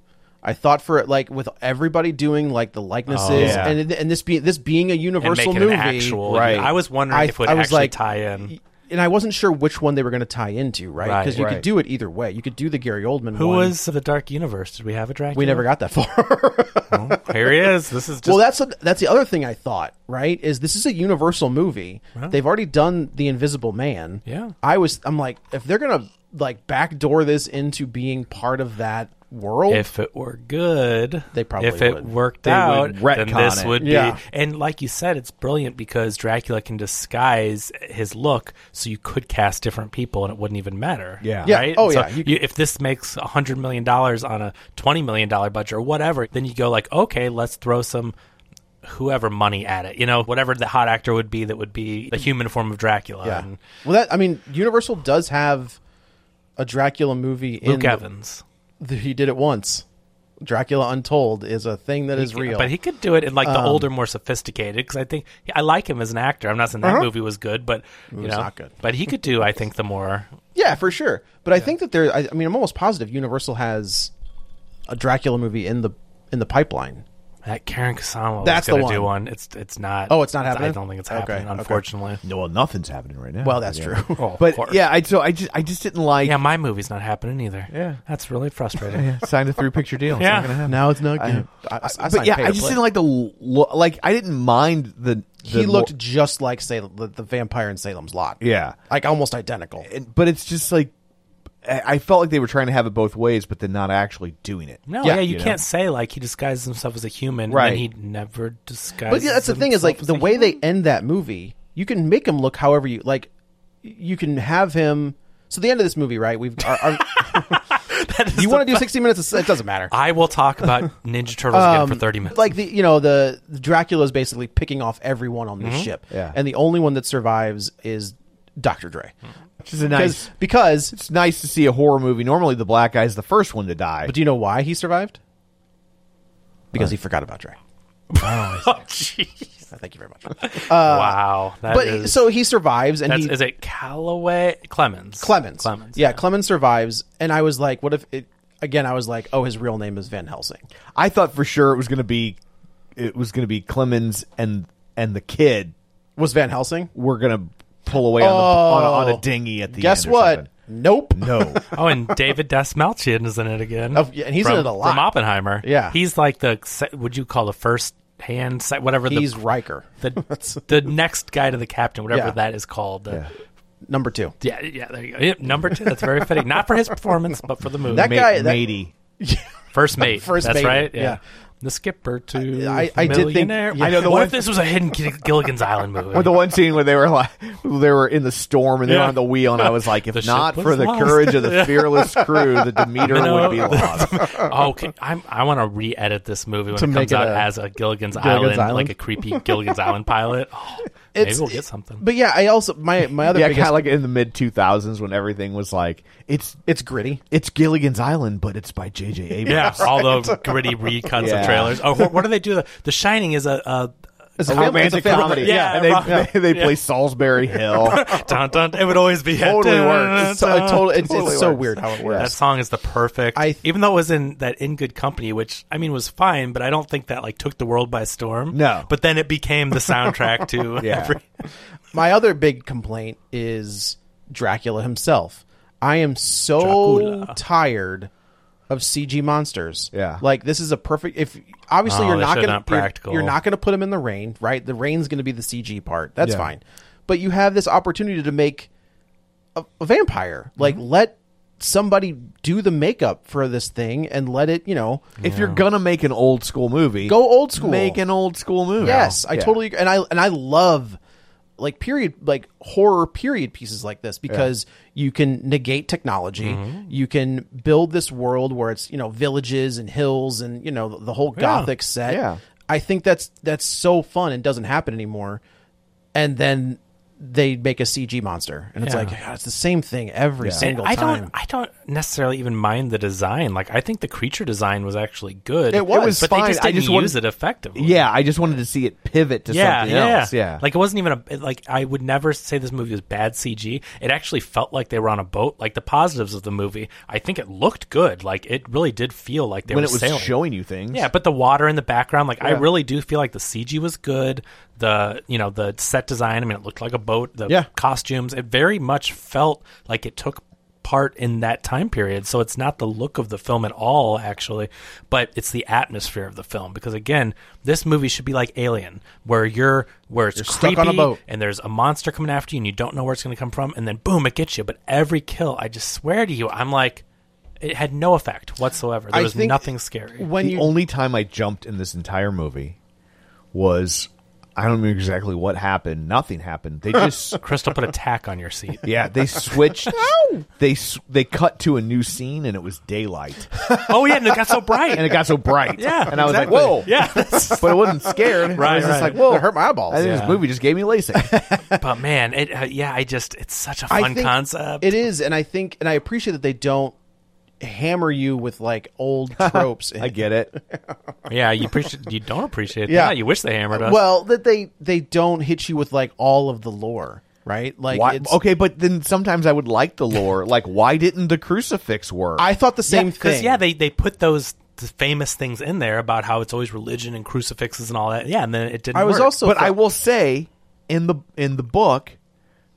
S3: I thought for it like with everybody doing like the likenesses
S4: yeah.
S3: and and this being this being a
S4: and make
S3: universal
S4: it
S3: movie,
S4: an actual
S2: right.
S4: I was wondering if it would actually tie in
S3: And I wasn't sure which one they were going to tie into, right?
S4: Right.
S3: Because you
S2: Right.
S3: could do it either way. You could do the Gary Oldman.
S4: who
S3: one.
S4: was the Dark Universe did we have a Dracula Oh,
S3: We never got that far.
S4: here he is this is just
S3: well, that's what, that's the other thing I thought. Right? Is this is a Universal movie? They've already done the Invisible Man.
S4: Yeah.
S3: I was. I'm like, if they're gonna like backdoor this into being part of that world,
S4: if it were good,
S3: Oh. They probably
S4: if it
S3: would.
S4: worked
S2: They would
S4: out, then
S2: retcon
S4: this
S2: it.
S4: would
S3: Yeah.
S4: be. And like you said, it's brilliant because Dracula can disguise his look, so you could cast different people and it wouldn't even matter.
S2: Yeah.
S3: Yeah.
S4: Right?
S3: Oh,
S4: So
S3: yeah. You-
S4: you- if this makes a hundred million dollars on a twenty million dollar budget or whatever, then you go like, okay, let's throw some. Whoever money at it, you know, whatever the hot actor would be, that would be the human form of Dracula.
S3: yeah.
S4: And
S3: Well, that I mean, Universal does have a Dracula movie. in
S4: Luke
S3: the-
S4: Evans.
S3: the- he did it once. Dracula Untold is a thing that is real. Um,
S4: But he could do it in like the older, more sophisticated. Because I think I like him as an actor. I'm not saying that movie was good, but you
S3: Uh-huh. was
S4: know,
S3: not good.
S4: But he could do, I think, the more.
S3: Yeah, for sure. But I think that there. I, I mean, I'm almost positive Universal has a Dracula movie in the in the pipeline.
S4: That Karen Kasama
S3: That's
S4: That's
S3: the
S4: was going to do
S3: one.
S4: one. It's it's not.
S3: Oh, it's not happening?
S4: I don't think it's
S3: Okay,
S4: happening.
S3: okay.
S4: Unfortunately.
S2: No, well, nothing's happening right now.
S3: Well, that's
S2: Yeah.
S3: true.
S4: Oh, of
S2: But
S4: course.
S2: yeah, I, so I just I just didn't like
S4: yeah, my movie's not happening either.
S2: Yeah.
S4: that's really frustrating. yeah.
S2: signed a three picture deal. It's
S4: Yeah.
S2: not gonna happen.
S3: now it's not.
S2: I-
S3: Good. I, I, I
S2: but
S3: signed
S2: yeah,
S3: pay
S2: I
S3: to
S2: just
S3: play.
S2: didn't like the lo- like I didn't mind the, the
S3: He
S2: lo-
S3: looked just like Salem, the, the vampire in Salem's Lot.
S2: yeah.
S3: like almost identical.
S2: And- but it's just like I I felt like they were trying to have it both ways, but then not actually doing it.
S4: No,
S3: Yeah,
S4: yeah, you,
S2: you know.
S4: can't say like he disguises himself as a human,
S2: Right.
S4: And he never disguises.
S3: But yeah, that's the thing is
S4: himself
S3: like
S4: as
S3: the
S4: a
S3: way
S4: human.
S3: they end that movie, you can make him look however you like. You can have him. So the end of this movie, right? We've our, our, you want to do 60 minutes? of s- It doesn't matter.
S4: I will talk about Ninja Turtles again for thirty minutes.
S3: Um, like the you know the, the Dracula is basically picking off everyone on the ship,
S2: Yeah.
S3: and the only one that survives is Doctor Dre,
S2: Which is a
S3: because
S2: nice.
S3: because
S2: It's nice to see a horror movie. Normally, the black guy's the first one to die.
S3: but do you know why he survived? Because he forgot about Dre.
S4: oh, jeez.
S3: Thank you very much.
S4: wow. that
S3: uh, but
S4: is-
S3: so he survives, and
S4: That's,
S3: he
S4: is it Callaway Clemens?
S3: Clemens.
S4: Clemens.
S3: Yeah, Clemens survives, and I was like, what if it? Again, I was like, oh, his real name is Van Helsing.
S2: I thought for sure it was going to be, it was going to be Clemens and and the kid
S3: Was Van Helsing?
S2: were going to pull away on, the, on, a, on a dinghy at the
S3: Oh. Guess
S2: end or
S3: what?
S2: something.
S3: Nope.
S2: No,
S4: Oh, and David Dasmalchian is in it again.
S3: Oh, yeah, and he's in
S4: from,
S3: it a lot.
S4: from Oppenheimer.
S3: Yeah.
S4: he's like the se- would you call the first hand se- whatever the
S3: He's Riker,
S4: the, the next guy to the captain, whatever
S3: Yeah.
S4: that is called. The-
S3: number two.
S4: yeah. yeah, there you go. Yeah, number two. That's very fitting. Not for his performance, but for the movie.
S3: That
S2: Ma-
S3: guy- that-
S2: matey.
S4: first mate.
S3: First
S4: that's
S3: mate.
S4: right.
S3: Yeah.
S4: The skipper to
S3: I- I did think-
S4: millionaire.
S3: yeah. I know the
S4: what
S3: one-
S4: if this was a hidden Gill- Gilligan's Island movie?
S2: Or the one scene where they were like, they were in the storm and they're
S4: Yeah.
S2: on the wheel, and I was like, if
S4: The ship
S2: not for
S4: was
S2: the
S4: lost.
S2: courage of the fearless crew, the Demeter
S4: You know,
S2: would be lost.
S4: okay, I'm, I want to re-edit this movie when
S3: To
S4: it
S3: make
S4: comes
S3: it
S4: out
S3: a-
S4: as a
S3: Gilligan's
S4: Gilligan's, Island,
S3: Island?
S4: like a creepy Gilligan's Island pilot. Oh, maybe
S3: It's-
S4: we'll get something.
S3: But yeah, I also my my other
S2: yeah, kind
S3: biggest
S2: of like in the mid two thousands when everything was like, it's
S3: it's gritty.
S2: it's Gilligan's Island, but it's by J.J. Abrams.
S4: Yeah, all the gritty recuts
S2: Yeah.
S4: of trailers. Oh, what, what do they do? The, the Shining is a, a
S3: It's
S2: A romantic comedy,
S4: Yeah,
S2: And they,
S4: rom-
S2: they, they play Salisbury Hill.
S4: dun, dun, it would always be
S2: Totally works.
S3: It's so, it total- it's,
S2: Totally
S3: it's so
S2: works.
S3: weird how it
S4: That
S3: works.
S4: song is the perfect.
S3: I-
S4: even though it was in that in good company, which I mean was fine, but I don't think that like took the world by storm.
S2: No.
S4: but then it became the soundtrack to
S2: Yeah.
S4: every.
S3: My other big complaint is Dracula himself. I am so
S4: Dracula.
S3: tired of CG monsters.
S2: Yeah.
S3: like this is a perfect. If obviously
S4: Oh,
S3: you're
S4: they
S3: not
S4: should've
S3: gonna
S4: not
S3: you're-
S4: practical.
S3: You're, not gonna put him in the rain, right? The rain's gonna be the CG part. That's
S2: Yeah.
S3: fine. But you have this opportunity to make a, a vampire. Like
S2: Mm-hmm.
S3: let somebody do the makeup for this thing and let it. You know,
S2: If you're gonna make an old school movie,
S3: Go old school.
S2: Make an old school movie.
S3: Yes, I
S2: Yeah.
S3: totally agree. and I and I love like period like horror period pieces like this because you can negate technology. You can build this world where it's, you know, villages and hills and, you know, the whole gothic set.
S2: yeah.
S3: I think that's that's so fun and doesn't happen anymore. And then they make a CG monster and it's
S4: Yeah.
S3: like God, it's the same thing every
S4: And
S3: single
S4: I
S3: time.
S4: don't. I don't necessarily even mind the design. Like I think the creature design was actually good.
S2: It was
S4: but
S2: fine.
S4: they just
S2: I
S4: didn't
S2: just wanted-
S4: use it effectively.
S2: Yeah, I just wanted to see it pivot to
S4: Yeah,
S2: something
S4: yeah,
S2: else. Yeah,
S4: Like it wasn't even a like. I would never say this movie was bad CG. It actually felt like they were on a boat. Like the positives of the movie, I think it looked good. Like it really did feel like they
S2: when
S4: were
S2: it was
S4: sailing.
S2: showing you things.
S4: Yeah, but the water in the background, like I really do feel like the CG was good. The you know the set design, I mean, it looked like a boat. The
S3: Yeah.
S4: costumes, it very much felt like it took part in that time period. So it's not the look of the film at all, actually, but it's the atmosphere of the film. Because again, this movie should be like Alien, where you're where it's
S3: stuck
S4: creepy
S3: on a boat.
S4: and there's a monster coming after you, and you don't know where it's going to come from, and then boom, it gets you. But every kill, I just swear to you, I'm like. It had no effect whatsoever. There
S3: I
S4: was
S3: think
S4: nothing scary.
S3: when
S2: the
S3: you
S2: only time I jumped in this entire movie was I don't know exactly what happened. Nothing happened. They just
S4: Crystal put a tack on your seat.
S2: yeah, they switched. they s- they cut to a new scene and it was daylight
S4: Oh yeah, and it got so bright.
S2: and it got so bright.
S4: yeah,
S2: and I was
S4: exactly.
S2: like, whoa.
S4: Yeah,
S2: But I wasn't scared. I
S4: Right,
S2: was just
S4: right.
S2: like, whoa,
S3: It hurt my eyeballs.
S2: I think this
S4: Yeah.
S2: movie just gave me LASIK.
S4: but man, it uh, yeah, I just it's such a
S3: I
S4: fun
S3: think
S4: concept.
S3: It is, and I think, and I appreciate that they don't hammer you with like old tropes.
S2: I get it.
S4: yeah, you appreciate you don't appreciate
S3: Yeah.
S4: that. You wish they hammered us.
S3: Well, that they they don't hit you with like all of the lore, right? Like,
S2: Why,
S3: it's,
S2: okay, but then sometimes I would like the lore. Like, why didn't the crucifix work?
S3: I thought the same
S4: because
S3: thing.
S4: yeah, they they put those th- famous things in there about how it's always religion and crucifixes and all that. Yeah, and then it didn't.
S3: I was
S4: work.
S3: also-
S2: but
S3: far-
S2: I will say in the in the book,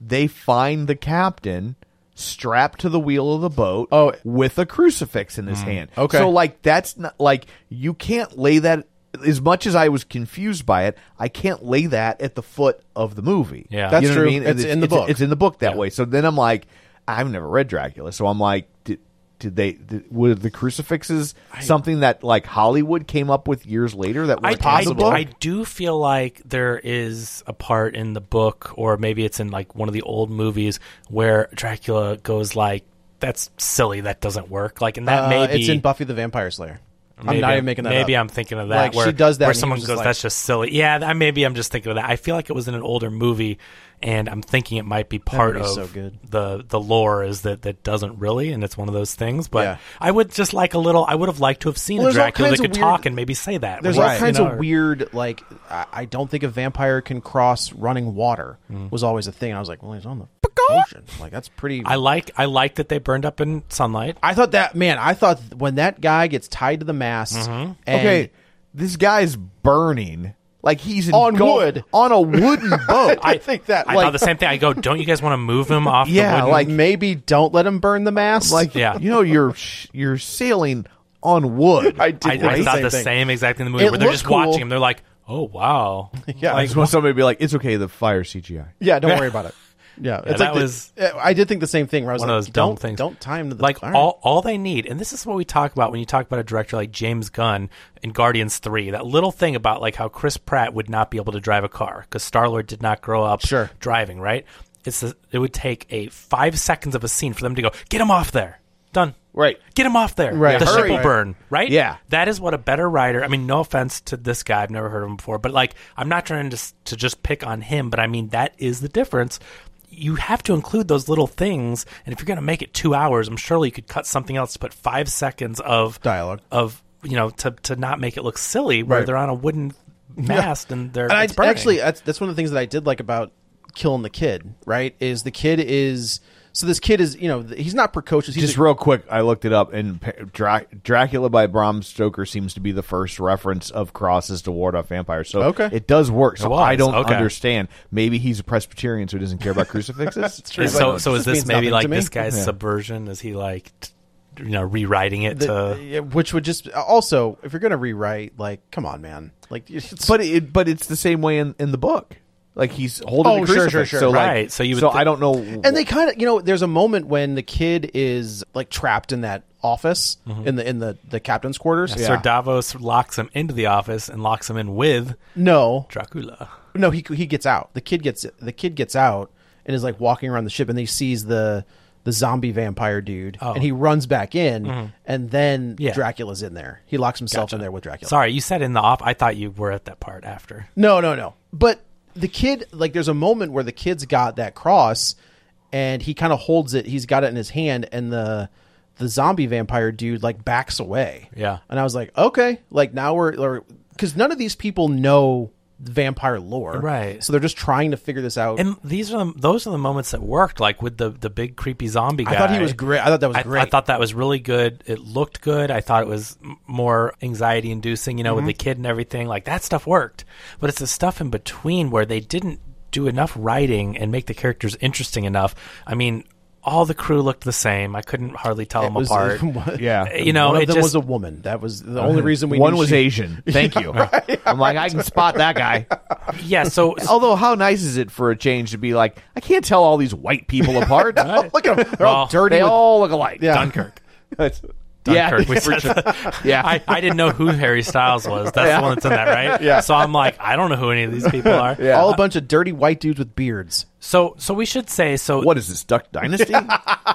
S2: they find the captain strapped to the wheel of the boat
S3: Oh.
S2: with a crucifix in his
S4: Mm.
S2: hand.
S3: Okay.
S2: So like that's not like you can't lay that as much as I was confused by it, I can't lay that at the foot of the movie.
S4: Yeah.
S2: You
S4: That's
S2: know what I
S3: true.
S2: mean?
S3: It's in the book.
S2: It's in the book that
S4: Yeah.
S2: way. So then I'm like, I've never read Dracula, so I'm like, did, did they did, were the crucifixes something that like Hollywood came up with years later that were
S4: I, I,
S2: possible?
S4: I do feel like there is a part in the book, or maybe it's in like one of the old movies, where Dracula goes like, "That's silly. That doesn't work." Like, and that
S3: Uh,
S4: may be
S3: it's in Buffy the Vampire Slayer. I'm
S4: Maybe
S3: not even making that
S4: Maybe
S3: up.
S4: I'm thinking of that.
S3: Like,
S4: where,
S3: she does that
S4: Where
S3: and he
S4: someone
S3: was just
S4: goes,
S3: like-
S4: "That's just silly." Yeah, that, maybe I'm just thinking of that. I feel like it was in an older movie, and I'm thinking it might be part of
S3: movie's so good.
S4: the the lore is that that doesn't really, and it's one of those things. But
S3: Yeah.
S4: I would just like a little. I would have liked to have seen
S3: Well,
S4: a
S3: there's all
S4: Dracula that
S3: kinds of
S4: could
S3: weird-
S4: talk and maybe say that.
S3: There's all
S2: Right.
S3: kinds
S4: You know,
S3: of
S4: or-
S3: weird, like I, I don't think a vampire can cross running water was always a thing. And I was like, well, he's on the ocean. Like that's pretty.
S4: I like I like that they burned up in sunlight.
S3: I thought that man. I thought when that guy gets tied to the mast, and
S2: okay, this guy's burning. Like he's
S3: On
S2: engulfed-
S3: wood.
S2: on a wooden boat.
S3: I think that,
S4: I
S3: like-
S4: thought the same thing. I go, don't you guys want to move him off?
S2: Yeah,
S4: the wooden
S2: like-
S3: maybe don't let him burn the mast.
S2: like
S4: Yeah.
S2: you know you're sh- you're sailing on wood. I
S4: I, I thought the same exact thing in the movie
S3: It
S4: where they're
S3: looked
S4: just
S3: cool.
S4: watching him. They're like, oh wow,
S3: Yeah,
S2: I just want somebody to be like, it's okay. The fire CGI.
S3: yeah. Don't worry about it. Yeah,
S4: Yeah,
S3: it's
S4: that
S3: like the-
S4: was-
S3: I did think the same thing. Where I was
S4: one
S3: like,
S4: of those dumb
S3: don't
S4: things.
S3: don't time to the
S4: like
S3: all right.
S4: all all they need, and this is what we talk about when you talk about a director like James Gunn in Guardians Three. That little thing about like how Chris Pratt would not be able to drive a car because Star Lord did not grow up
S3: Sure.
S4: driving. Right? It's the it would take a five seconds of a scene for them to go get him off there. Done.
S2: Right.
S4: Get him off there.
S3: Right.
S4: The ship
S3: Hurry.
S4: will burn. Right.
S3: Yeah.
S4: That is what a better writer. I mean, no offense to this guy, I've never heard of him before, but like, I'm not trying to s- to just pick on him, but I mean that is the difference. You have to include those little things, and if you're going to make it two hours, I'm surely you could cut something else to put five seconds of
S3: Dialogue.
S4: of you know to to not make it look silly where
S3: Right.
S4: they're on a wooden mast and they're
S3: and I
S4: it's burning.
S3: actually that's, that's one of the things that I did like about killing the kid. Right? Is the kid is so this kid is you know th- he's not precocious. He's
S2: Just
S3: a-
S2: real quick, I looked it up, and Pa- Dra- Dracula by Bram Stoker seems to be the first reference of crosses to ward off vampires. So
S3: Okay.
S2: it does work. So
S4: was,
S2: I don't
S4: okay.
S2: understand. Maybe he's a Presbyterian, so he doesn't care about crucifixes. That's
S4: And so so is
S3: This means
S4: this maybe
S3: nothing
S4: like
S3: to me.
S4: this guy's subversion? Is he like t- you know rewriting it
S3: the-
S4: to?
S3: uh, yeah, which would just also if you're gonna rewrite, like come on, man, like it's,
S2: but it, but it's the same way in, in the book. Like he's holding
S3: Oh,
S2: the
S3: sure, sure,
S2: crucifix.
S3: sure.
S2: So like,
S4: Right, so you would
S2: so
S4: thi-
S2: I don't know.
S3: and they kind of you know there's a moment when the kid is like trapped in that office in the in the the captain's quarters.
S4: Sir Davos locks him into the office and locks him in with
S3: No,
S4: Dracula.
S3: No, he he gets out. The kid gets the kid gets out and is like walking around the ship, and he sees the the zombie vampire dude, and he runs back in, and then
S4: Oh. Mm-hmm. Yeah.
S3: Dracula's in there. He locks himself in there with Dracula.
S4: Sorry, you said in the off. I thought you were at that part after.
S3: No, no, no. But the kid, like, there's a moment where the kid's got that cross, and he kind of holds it. He's got it in his hand, and the the zombie vampire dude like backs away.
S4: Yeah.
S3: And I was like, okay, like now we're because none of these people know vampire lore,
S4: Right.
S3: So they're just trying to figure this out.
S4: And these are the, those are the moments that worked, like with the the big creepy zombie guy.
S3: I thought he was great. I thought that was
S4: I,
S3: great.
S4: I thought that was really good. It looked good. I thought it was m- more anxiety inducing, you know,
S3: Mm-hmm.
S4: with the kid and everything. Like that stuff worked. But it's the stuff in between where they didn't do enough writing and make the characters interesting enough. I mean, all the crew looked the same. I couldn't hardly tell them
S3: was,
S4: apart.
S2: yeah,
S4: You know,
S3: one
S4: it
S3: of them
S4: just,
S3: was a woman. That was the only reason we
S2: one
S3: knew
S2: was
S3: she-
S2: Asian. Thank you. I'm like I can spot that guy.
S4: yeah. So
S2: Although how nice is it for a change to be like I can't tell all these white people apart. Look at them. They're all
S4: Well,
S2: dirty. They
S3: with-
S2: all look alike.
S4: Dunkirk.
S2: That's-
S4: Dunkirk.
S2: Yeah.
S4: We said that.
S2: Yeah.
S4: I, I didn't know who Harry Styles was. That's the one that's in that, right?
S2: Yeah.
S4: So I'm like, I don't know who any of these people are.
S2: Yeah.
S3: All a bunch of dirty white dudes with beards.
S4: So so we should say so
S2: what is this Duck Dynasty?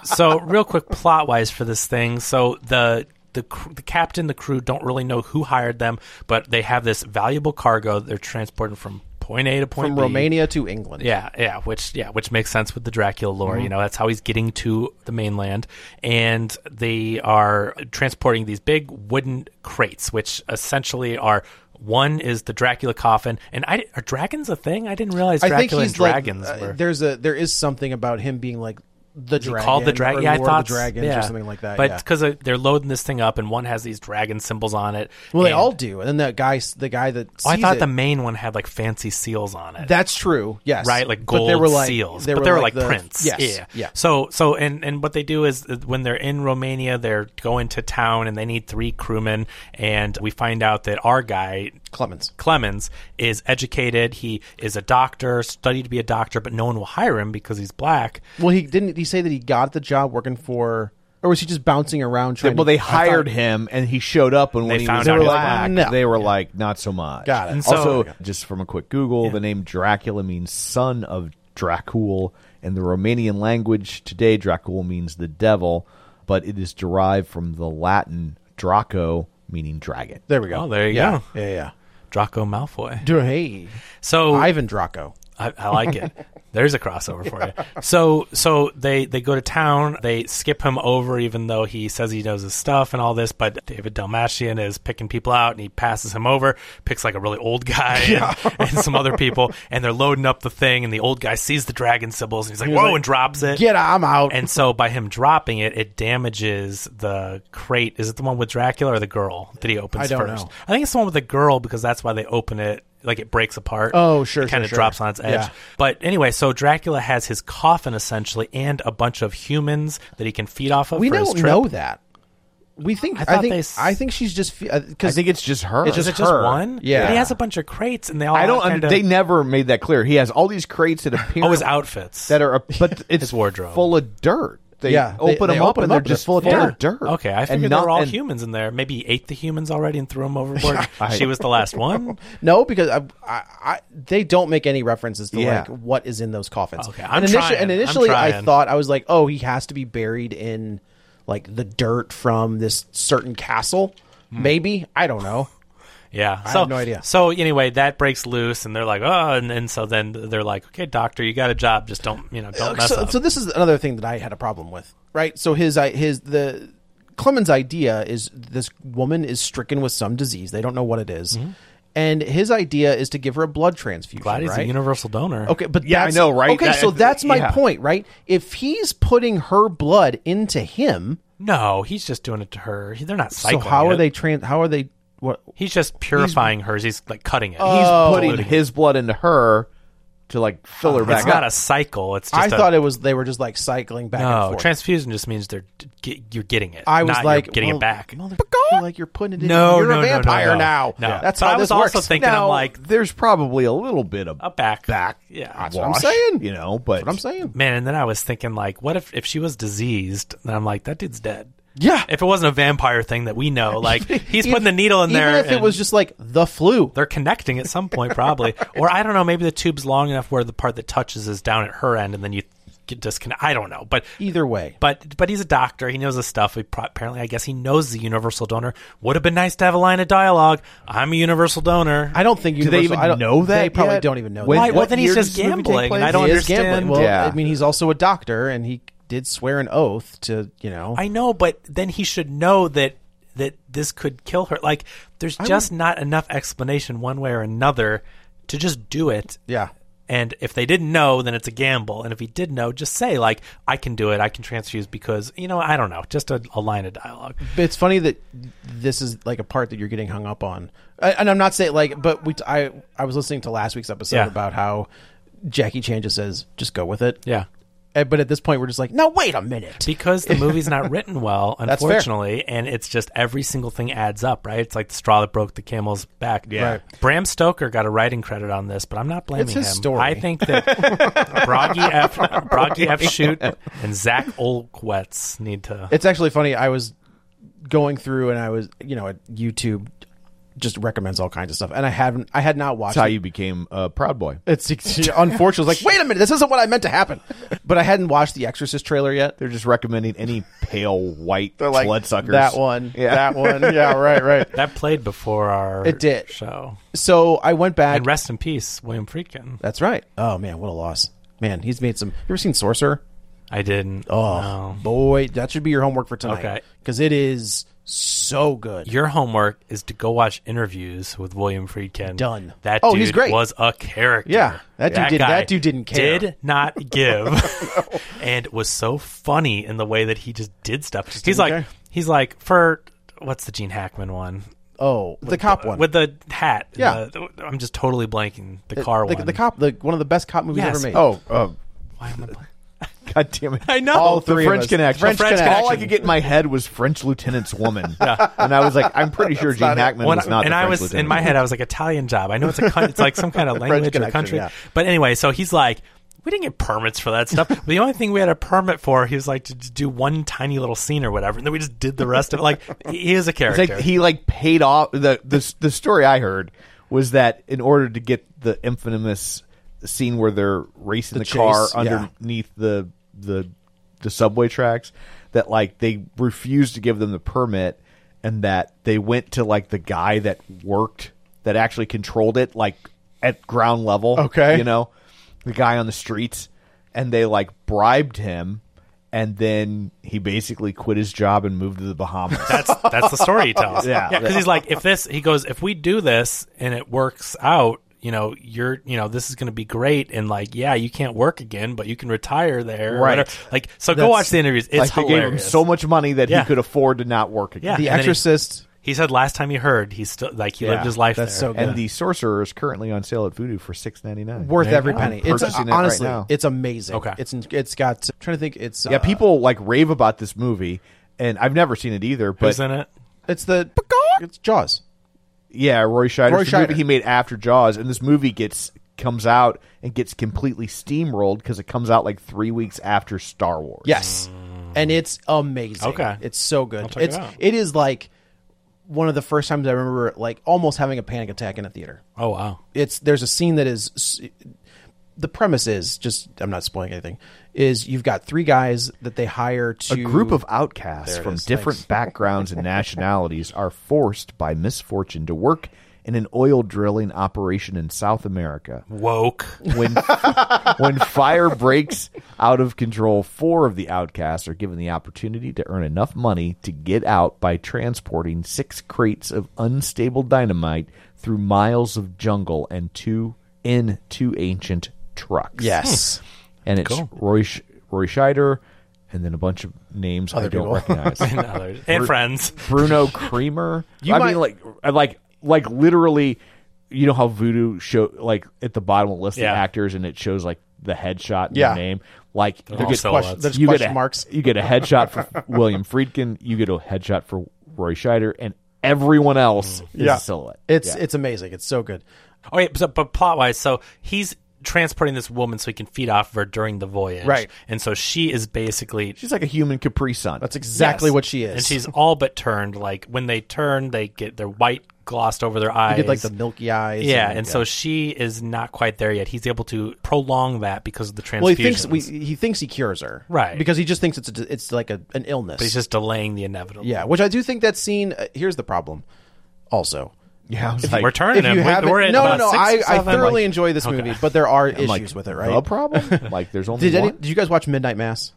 S4: so real quick plot wise for this thing. So the the cr- the captain, the crew don't really know who hired them, but they have this valuable cargo they're transporting from point A to point
S3: From
S4: B.
S3: Romania to England.
S4: Yeah, yeah, which yeah, which makes sense with the Dracula lore.
S3: Mm-hmm.
S4: You know, that's how he's getting to the mainland, and they are transporting these big wooden crates, which essentially are. One is the Dracula coffin, and I are dragons a thing? I didn't realize
S3: I think
S4: Dracula
S3: he's
S4: and dragons
S3: like, uh,
S4: were
S3: there's a there is something about him being like the dragon
S4: called the
S3: or
S4: dragon. Yeah, I
S3: Lord of
S4: thought
S3: the dragons
S4: yeah.
S3: or something like that.
S4: But
S3: yeah.
S4: because they're loading this thing up, and one has these dragon symbols on it.
S3: well, they
S4: and-
S3: all do. And then that guy, s- the guy that
S4: Oh, I
S3: sees
S4: thought
S3: it-
S4: the main one had like fancy seals on it.
S3: that's true. Yes,
S4: right, like
S3: But
S4: gold
S3: they were like,
S4: seals, but they were like,
S3: the-
S4: prints.
S3: Yes,
S4: yeah,
S3: yeah.
S4: So, so, and and what they do is uh, when they're in Romania, they're going to town, and they need three crewmen, and we find out that our guy
S3: Clemens.
S4: Clemens is educated. He is a doctor, studied to be a doctor, but no one will hire him because he's black.
S3: Well, he didn't. He say that he got the job working for, or was he just bouncing around trying?
S2: well,
S3: to,
S2: they
S3: I thought-
S2: hired him, and he showed up, and when
S4: They
S2: he
S4: found
S2: was
S4: out he was
S2: black,
S3: black. No.
S2: they were like, "Not so much."
S3: Got it. And
S4: so-
S2: also, just from a quick Google, the name Dracula means son of Dracul in the Romanian language. Today, Dracul means the devil, but it is derived from the Latin "draco," meaning dragon.
S3: There we go.
S4: Oh, there you
S3: yeah.
S4: go. Oh.
S3: Yeah, yeah.
S4: Draco Malfoy.
S3: Dude, hey,
S4: So
S3: Ivan Draco.
S4: I, I like it. There's a crossover for you. So so they they go to town. They skip him over, even though he says he knows his stuff and all this. But David Dalmashian is picking people out, and he passes him over, picks like a really old guy and, and some other people, and they're loading up the thing. And the old guy sees the dragon symbols, and he's like, "Whoa!" and drops it.
S3: Get, I'm out.
S4: And so by him dropping it, it damages the crate. Is it the one with Dracula or the girl that he opens
S3: I don't
S4: first?
S3: know.
S4: I think it's the one with the girl because that's why they open it. Like it breaks apart.
S3: Oh, sure,
S4: It kind of
S3: sure, sure.
S4: drops on its edge.
S3: Yeah.
S4: But anyway, so Dracula has his coffin essentially and a bunch of humans that he can feed off of.
S3: we
S4: for his
S3: don't
S4: trip.
S3: know that. we think.
S4: I
S3: I,
S4: thought
S3: think.
S4: they s-
S3: I think she's just uh,
S2: I
S3: because
S2: think it's just her.
S3: It's
S4: Is
S3: just
S4: it just
S3: her.
S4: one?
S3: Yeah.
S4: But he has a bunch of crates, and they all.
S2: I don't.
S4: have
S2: un
S4: Kind of,
S2: they never made that clear. He has all these crates that appear
S4: oh, his outfits.
S2: that are, but it's
S4: His wardrobe.
S2: full of dirt. They
S3: Yeah, they-
S2: open
S3: they
S2: them up
S3: open
S2: and they're
S3: them up and
S2: just
S3: it's
S2: full of
S3: full
S4: yeah.
S2: dirt. dirt.
S4: Okay, I figured
S2: not-
S4: they were all
S2: and-
S4: humans in there. Maybe he ate the humans already and threw them overboard. she was the last one.
S3: no, because I, I, I, they don't make any references to
S2: Yeah.
S3: like what is in those coffins.
S4: Okay, I'm
S3: and,
S4: trying.
S3: and
S4: I'm
S3: initially, I
S4: trying.
S3: thought I was like, oh, he has to be buried in like the dirt from this certain castle.
S4: Hmm.
S3: Maybe I don't know.
S4: Yeah,
S3: I
S4: so,
S3: have no idea.
S4: So anyway, that breaks loose, and they're like, oh, and, and so then they're like, okay, doctor, you got a job. Just don't, you know, don't mess
S3: Uh, so,
S4: up.
S3: so this is another thing that I had a problem with, right? So his I his the Clemens idea is this woman is stricken with some disease. They don't know what it is. And his idea is to give her a blood transfusion.
S4: Mm-hmm. Glad he's
S3: right?
S4: a universal donor.
S3: Okay, but
S2: Yeah, I
S3: that's,
S2: know, right?
S3: Okay,
S2: That-
S3: so that's my
S2: yeah.
S3: point, right? If he's putting her blood into him,
S4: No, he's just doing it to her. He- They're not
S3: so
S4: cycling.
S3: how
S4: it.
S3: are they trans? How are they? What?
S4: He's just purifying hers. He's like cutting it. Oh,
S2: He's putting his blood into her to like fill her back
S4: Uh, it's not
S2: up.
S4: a cycle. It's
S3: I
S4: just a-
S3: thought it was they were just like cycling back and
S4: no
S3: forth.
S4: transfusion just means they're d- get, you're getting it.
S3: I was
S4: not
S3: like
S4: you're getting
S3: well,
S4: it back.
S3: mother-
S2: "Oh,
S3: like you're putting it. in.
S4: No,
S3: you're
S4: no,
S3: a
S4: no, no,
S3: vampire
S4: no.
S3: now.
S4: No.
S3: That's
S4: But
S3: how
S4: I was
S3: this
S4: also
S3: works.
S4: thinking, I'm
S3: Now-
S4: like-
S2: There's probably a little bit of
S4: a back
S2: back.
S4: Yeah,
S3: that's what I'm
S2: wash,
S3: saying.
S2: You know, but
S3: That's what I'm saying.
S4: man. And then I was thinking like, what if if she was diseased? And I'm like, that dude's dead.
S3: Yeah.
S4: If it wasn't a vampire thing that we know, like he's putting the needle in
S3: Even
S4: there.
S3: if it
S4: and
S3: was just like the flu.
S4: they're connecting at some point, probably, or I don't know. Maybe the tube's long enough where the part that touches is down at her end, and then you get disconnect. I don't know, but
S3: Either way,
S4: But but he's a doctor. He knows his stuff. He pro- apparently, I guess he knows the universal donor. Would have been nice to have a line of dialogue. I'm a universal donor.
S3: I don't think
S2: Do they
S3: Universal-
S2: even
S3: I don't,
S2: know that
S3: They probably
S2: yet?
S3: don't even know.
S2: When-
S3: that.
S4: Why-
S2: what
S4: well, then he's
S2: year does
S4: just
S2: this movie take
S4: gambling.
S2: place?
S4: I don't
S3: He is
S4: understand.
S3: gambling. Well,
S2: Yeah.
S3: I mean, he's also a doctor, and he did swear an oath to you know.
S4: I know, but then he should know that that this could kill her. Like, there's just not enough explanation one way or another to just do it.
S3: yeah.
S4: And if they didn't know, then it's a gamble. And if he did know, just say like, "I can do it. I can transfuse because you know I don't know." Just a, a line of dialogue.
S3: But it's funny that this is like a part that you're getting hung up on, I, and I'm not saying like, but we I I was listening to last week's episode
S4: Yeah.
S3: about how Jackie Chan just says just go with it,
S4: Yeah.
S3: Uh, But at this point, we're just like, no, wait a minute.
S4: because the movie's not written well,
S3: That's fair.
S4: unfortunately, and it's just every single thing adds up, right? It's like the straw that broke the camel's back.
S3: Yeah. Right.
S4: Bram Stoker got a writing credit on this, but I'm not blaming
S3: It's his
S4: him.
S3: story.
S4: I think that Broggy F. Broggy F. Shoot and Zach Olkwetz need to.
S3: It's actually funny. I was going through and I was, you know, YouTube just recommends all kinds of stuff, and I haven't, I had not watched.
S2: That's how
S3: it.
S2: you became a proud boy.
S3: It's unfortunate. It's like, wait a minute, this isn't what I meant to happen. But I hadn't watched the Exorcist trailer yet.
S2: They're just recommending any pale white bloodsuckers.
S3: That one,
S2: Yeah.
S3: that one, yeah, right, right.
S4: that played before our
S3: It did.
S4: show.
S3: So I went back.
S4: And rest in peace, William Friedkin.
S3: That's right. Oh man, what a loss. Man, he's made some. You ever seen Sorcerer?
S4: I didn't.
S3: Oh
S4: no.
S3: boy, that should be your homework for tonight.
S4: Okay.
S3: because it is so good.
S4: Your homework is to go watch interviews with William Friedkin.
S3: Done.
S4: That
S3: Oh,
S4: dude
S3: he's great.
S4: was a character.
S3: Yeah, that dude did-
S4: guy
S3: that dude didn't care.
S4: Did not give, and was so funny in the way that he just did stuff. he's
S3: didn't
S4: like,
S3: care.
S4: he's like for what's the Gene Hackman one?
S3: oh, the cop one.
S4: with the hat. and
S3: Yeah.
S4: the- I'm just totally blanking the, car
S3: the,
S4: one.
S3: the cop, the one of the best cop movies
S4: Yes.
S3: ever made.
S2: Oh, uh,
S4: Why am I blank-
S2: God damn it.
S4: I know.
S3: All
S2: The
S3: three of
S2: French
S3: us.
S2: Connection.
S3: French
S4: French Connection.
S2: All I could get in my head was French Lieutenant's Woman. And I was like, I'm pretty sure Gene Hackman
S4: When
S2: was
S4: I-
S2: not
S4: and
S2: the
S4: I
S2: French
S4: was in
S2: Lieutenant.
S4: my head, I was like Italian job. I know it's a coun- it's like some kind of language or
S3: connection,
S4: country.
S3: yeah.
S4: But anyway, so he's like, we didn't get permits for that stuff. the only thing we had a permit for, he was like to d- do one tiny little scene or whatever, and then we just did the rest of it. Like he is a
S2: It's
S4: character.
S2: like he like paid off the the the story I heard was that in order to get the infamous scene where they're racing the,
S3: chase,
S2: car
S3: yeah.
S2: underneath the the the subway tracks that like they refused to give them the permit and that they went to like the guy that worked that actually controlled it like at ground level
S3: Okay.
S2: you know the guy on the streets and they like bribed him and then he basically quit his job and moved to the Bahamas
S4: that's that's the story he tells.
S2: Yeah.
S4: because he's like, if this, he goes, if we do this and it works out, you know, you're, you know, this is going to be great. And like, yeah, you can't work again, but you can retire there. or
S2: Right.
S4: whatever. Like, so go
S3: That's-
S4: watch the interviews. It's
S2: like they
S4: hilarious.
S2: gave him so much money that
S4: Yeah.
S2: he could afford to not work again.
S4: Yeah.
S3: the
S4: and then he-
S3: Exorcist.
S4: He said last time he heard, he still like he
S2: Yeah,
S4: lived his life
S3: that's
S4: there.
S3: so
S2: And the sorcerer is currently on sale at Voodoo for six ninety nine.
S3: worth every penny. It's
S2: purchasing it right
S3: honestly,
S2: now.
S3: it's amazing.
S4: Okay.
S3: it's it's got. I'm trying to think, it's
S2: yeah,
S3: uh,
S2: people like rave about this movie, and I've never seen it either. But
S4: Who's in it?
S3: It's the it's Jaws.
S2: yeah, Roy Scheider,
S3: Roy
S2: It's the movie
S3: Scheider.
S2: he made after Jaws, and this movie gets comes out and gets completely steamrolled because it comes out like three weeks after Star Wars.
S3: Yes, and it's amazing.
S4: Okay.
S3: it's so good.
S4: check it
S3: it's
S4: out.
S3: it is like one of the first times I remember like almost having a panic attack in a theater.
S4: Oh wow.
S3: it's there's a scene that is s- the premise is just I'm not spoiling anything is you've got three guys that they hire to
S2: A group of outcasts
S3: There it
S2: from
S3: is.
S2: different
S3: Thanks.
S2: backgrounds and nationalities are forced by misfortune to work in an oil drilling operation in South America.
S4: Woke.
S2: When when fire breaks out of control, four of the outcasts are given the opportunity to earn enough money to get out by transporting six crates of unstable dynamite through miles of jungle and two in two ancient trucks.
S3: yes
S2: and it's Roy Sch- Roy Scheider, and then a bunch of names I don't
S3: people.
S2: recognize.
S4: and others. And friends.
S2: Bruno Creamer.
S3: You
S2: I
S3: might-
S2: mean, like, I like, like literally, you know how Voodoo show like at the bottom of the list
S4: Yeah.
S2: of actors, and it shows like the headshot and
S3: Yeah.
S2: the name. Like,
S4: They're
S2: you
S4: all
S2: get-
S4: sellouts. Question-
S3: there's
S2: you get
S3: question
S2: a,
S3: marks.
S2: You get a headshot for William Friedkin. You get a headshot for Roy Scheider, and everyone else is a silhouette.
S3: Mm. it's
S2: Yeah.
S3: it's amazing it's so good
S4: Oh yeah, but, but plot wise, so he's transporting this woman so he can feed off of her during the voyage.
S3: Right.
S4: And so she is basically
S2: she's like a human Capri Sun.
S3: that's exactly
S4: Yes.
S3: what she is
S4: And she's all but turned. Like when they turn, they get their white glossed over their eyes.
S3: you get like the milky eyes
S4: yeah, and so she is not quite there yet. He's able to prolong that because of the transfusion.
S3: well he thinks we he thinks he cures her
S4: Right.
S3: because he just thinks it's a, it's like a, an illness
S4: but he's just delaying the inevitable.
S3: yeah which I do think that scene uh, here's the problem also
S2: yeah, I was like,
S4: we're turning him. We-
S3: haven't-
S4: We're at
S3: no no
S4: about
S3: no
S4: six,
S3: I, I
S4: seven,
S3: thoroughly
S4: like-
S3: enjoy this movie but there are issues
S2: like,
S3: with
S2: The
S3: it right
S2: problem? Like, there's only
S3: did any,
S2: one.
S3: did you guys watch Midnight Mass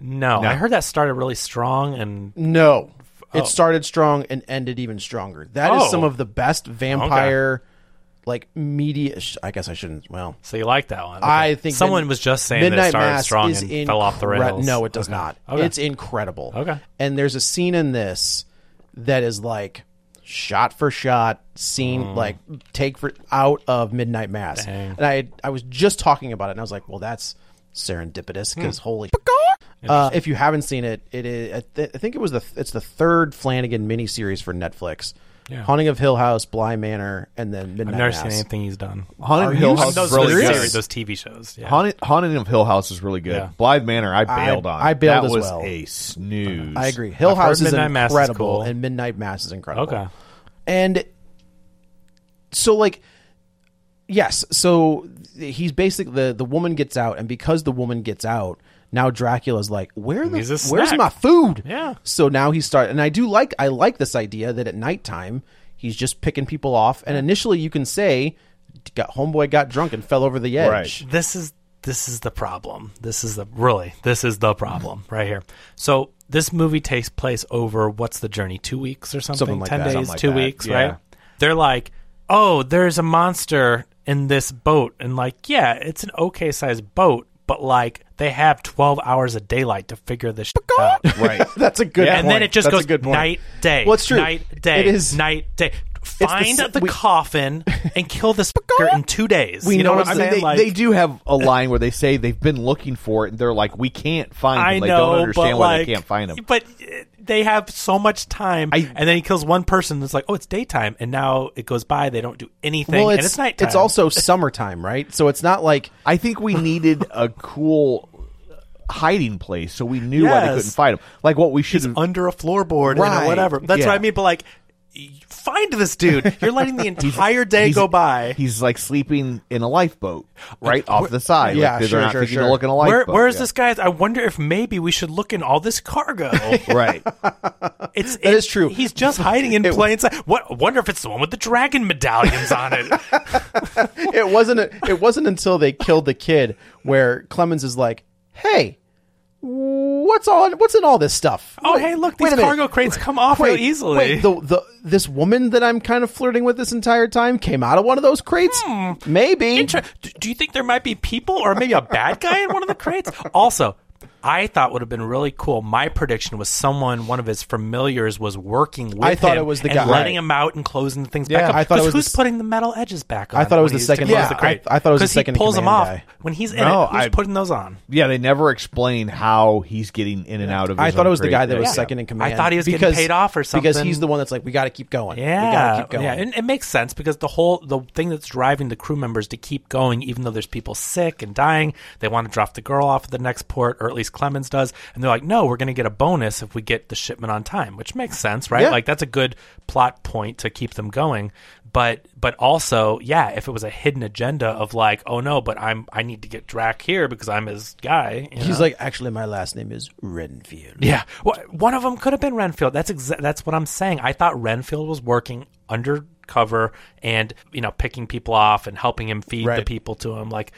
S4: No, I heard that started really strong, and
S3: No. It started strong and ended even stronger. That is
S4: Oh.
S3: some of the best vampire, like media. sh- I guess I shouldn't. Well,
S4: so you like that one.
S3: I
S4: Okay.
S3: think
S4: someone
S3: Mid-
S4: was just saying that it started strong and fell off the
S3: incre-
S4: rails.
S3: No, it does
S4: Okay.
S3: not.
S4: Okay.
S3: It's incredible.
S4: Okay.
S3: and there's a scene in this that is like shot for shot scene
S4: Mm.
S3: like take for out of midnight mass and i i was just talking about it and i was like well that's serendipitous
S4: Hmm.
S3: because holy uh, if you haven't seen it it is I, th- I think it was the it's the third flanagan miniseries for netflix
S4: Yeah.
S3: haunting of hill house bly manor and then midnight
S4: I've never
S3: mass
S4: seen anything he's done.
S2: Haunted Hill House
S4: those
S2: is really
S4: those
S2: good.
S4: series, those TV shows. Yeah.
S2: Haunted, Haunted of Hill House is really good.
S4: Yeah.
S2: Blythe Manor, I bailed on.
S3: I bailed
S2: that
S3: as
S2: was
S3: well.
S2: a snooze.
S3: I agree. Hill
S4: heard
S3: House is
S4: Midnight Mass is
S3: incredible,
S4: cool.
S3: and Midnight Mass is incredible.
S4: Okay.
S3: and so like, yes, so he's basically the the woman gets out, and because the woman gets out, now Dracula's like, where the
S4: He's a
S3: where's
S4: snack.
S3: my food?
S4: Yeah.
S3: So now he start, and I do like I like this idea that at nighttime he's just picking people off, and initially you can say, "Got homeboy got drunk and fell over the edge."
S2: Right.
S4: this is this is the problem. This is the really this is the problem
S3: Mm-hmm.
S4: right here. So this movie takes place over what's the journey? Two weeks or something?
S3: Something like
S4: Ten
S3: that.
S4: days,
S3: Something
S2: like
S4: two
S2: that,
S4: weeks,
S2: yeah.
S4: right? They're like, oh, there's a monster in this boat, and like, yeah, it's an okay sized boat, but like they have twelve hours of daylight to figure this shit out.
S2: Right.
S3: That's a good.
S4: And
S3: point.
S4: then it just
S3: That's a
S4: goes
S3: good point.
S4: night, day.
S3: Well, it's true.
S4: Night, day.
S3: It is-
S4: night, day. Find the,
S3: s- we-
S4: coffin and kill this fucker in two days.
S3: We
S4: you know,
S3: know
S4: what
S3: it's
S4: I'm
S2: I mean, they,
S4: saying? like,
S2: they do have a line where they say they've been looking for it, and they're like, "We can't find
S4: I
S2: them." They
S4: know,
S2: don't understand
S4: but
S2: why
S4: like,
S2: they can't find them.
S4: But uh, they have so much time,
S2: I-
S4: and then he kills one person. It's like, oh, it's daytime, and now it goes by. They don't do anything,
S3: Well,
S4: and
S3: it's,
S4: it's nighttime.
S3: It's also summertime, right? So it's not like
S2: I think we needed a cool hiding place, so we knew why they
S4: Yes.
S2: couldn't find them. Like what we should
S4: He's
S2: have.
S4: under a floorboard and
S3: Right.
S4: a whatever. That's
S2: Mm. Yeah.
S4: what I mean. But like, y- find this dude. You're letting the entire day go by.
S2: He's like sleeping in a lifeboat, right off the side.
S3: Yeah,
S2: like, they're
S3: sure,
S2: not
S3: sure,
S2: thinking to
S3: sure.
S2: look in a
S4: Where,
S2: lifeboat.
S4: where's
S2: yeah.
S4: this guy? I wonder if maybe we should look in all this cargo.
S2: Right.
S4: It's
S3: That
S4: it
S3: is true.
S4: He's just hiding in plain sight. What? Wonder if it's the one with the dragon medallions on it.
S3: it wasn't it wasn't until they killed the kid where Clemens is like, "Hey, what's all what's in all this stuff?
S4: Oh, hey, look,
S3: wait
S4: these
S3: a minute.
S4: cargo crates come off real easily.
S3: Wait, the, the this woman that I'm kind of flirting with this entire time came out of one of those crates?
S4: Hmm.
S3: Maybe.
S4: Inter- do- do you think there might be people or maybe a bad guy in one of the crates? Also, I thought would have been really cool. My prediction was someone, one of his familiars, was working with
S3: I thought
S4: him
S3: it was the
S4: and
S3: guy-
S4: letting
S3: right.
S4: him out and closing things
S3: Yeah,
S4: back up.
S3: I thought it
S4: 'Cause
S3: was
S4: who's
S3: the s-
S4: putting the metal edges back on?
S3: I thought it
S4: when
S3: was the
S4: he's to
S3: second-
S4: close
S3: yeah,
S4: the crate?
S3: I- I thought it was the
S4: 'Cause he
S3: second in
S4: pulls them
S3: command
S4: off
S3: guy.
S4: when he's in
S2: No,
S4: it. Who's
S2: I-
S4: putting those on?
S2: Yeah, they never explain how he's getting in and out of. His
S3: I thought
S2: own
S3: it was the
S2: crate.
S3: guy that was
S2: Yeah.
S3: second in command.
S4: I thought he was getting
S3: because-
S4: paid off or
S3: Because
S4: something.
S3: he's the one that's like, we got to keep going. we
S4: Yeah,
S3: got to keep going.
S4: yeah, and it makes sense because the whole the thing that's driving the crew members to keep going, even though there's people sick and dying, they want to drop the girl off at the next port, or at least Clemens does, and they're like, "No, we're going to get a bonus if we get the shipment on time," which makes sense, right?
S3: Yeah.
S4: Like that's a good plot point to keep them going. But but also, yeah, if it was a hidden agenda of like, "Oh no, but I'm I need to get Drac here because I'm his guy," you know?
S3: He's like, actually, my last name is Renfield.
S4: Yeah, well, one of them could have been Renfield. That's exa- that's what I'm saying. I thought Renfield was working undercover and you know picking people off and helping him feed the
S3: Right.
S4: people to him. Like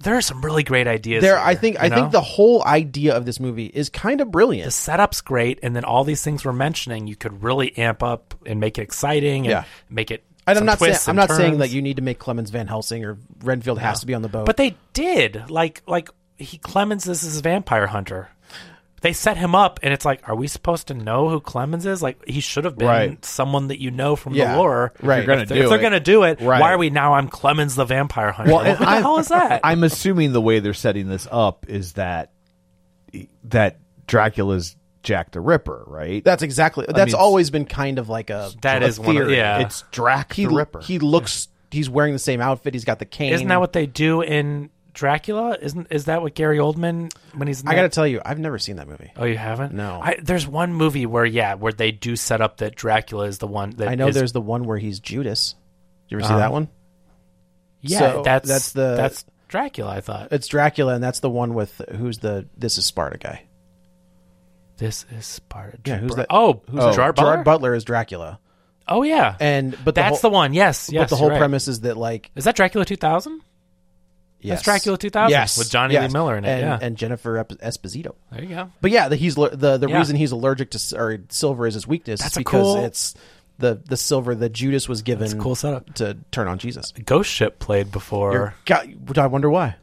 S4: there are some really great ideas.
S3: There,
S4: here,
S3: I think.
S4: you
S3: I think
S4: know?
S3: the whole idea of this movie is kind of brilliant.
S4: the setup's great, and then all these things we're mentioning, you could really amp up and make it exciting and
S3: Yeah.
S4: make it.
S3: And I'm
S4: some
S3: not saying
S4: twists
S3: I'm
S4: and
S3: not saying
S4: turns.
S3: that you need to make Clemens Van Helsing or Renfield has to be on the boat.
S4: But they did. Like like he Clemens is his vampire hunter. They set him up, and it's like, are we supposed to know who Clemens is? Like he should have been
S2: Right.
S4: someone that you know from
S3: Yeah.
S4: the lore.
S3: If you're Right. gonna
S4: If, they're-
S2: do
S4: if they're
S2: it.
S4: gonna do it,
S2: Right.
S4: why are we now? I'm Clemens the vampire hunter.
S2: Well,
S4: what
S2: and
S4: the
S2: I'm-
S4: hell is that?
S2: I'm assuming the way they're setting this up is that that Dracula's Jack the Ripper, right?
S3: that's exactly that's
S2: mean,
S3: always been kind of like a
S4: That
S3: a
S4: is one of-
S3: theory.
S4: yeah.
S2: it's Drac
S3: He
S2: the Ripper.
S3: he looks he's wearing the same outfit. He's got the cane.
S4: Isn't that what they do in Dracula? Isn't is that what Gary Oldman when he's? In
S3: I
S4: that-
S3: got to tell you? I've never seen that movie.
S4: Oh, you haven't?
S3: No.
S4: I, there's one movie where, yeah, where they do set up that Dracula is the one that
S3: I know
S4: is- Uh-huh.
S3: there's the one where he's Judas. You ever see that one?
S4: Yeah,
S3: so
S4: that's
S3: that's the-
S4: that's Dracula. I thought
S3: It's Dracula, and that's the one with who's the this is Sparta guy.
S4: This is Sparta.
S3: Yeah, who's
S4: Bur-
S3: that-
S4: Oh, who's oh, Gerard Butler?
S3: is Dracula,
S4: oh, yeah.
S3: and but the
S4: that's
S3: whole,
S4: the one. Yes, yes.
S3: but the whole
S4: you're right.
S3: premise is that like
S4: is that Dracula 2000.
S3: yes,
S4: Dracula 2000
S3: yes,
S4: with Johnny Lee
S3: yes,
S4: Miller in it,
S3: and,
S4: yeah.
S3: and Jennifer Ep- Esposito.
S4: There you go.
S3: But yeah, the, he's le- the the
S4: Yeah.
S3: reason he's allergic to s- or silver is his weakness.
S4: That's
S3: is
S4: a
S3: because
S4: cool-
S3: it's the the silver that Judas was given.
S4: a cool setup.
S3: to turn on Jesus.
S4: Ghost Ship played before.
S3: You're- God, which I wonder why,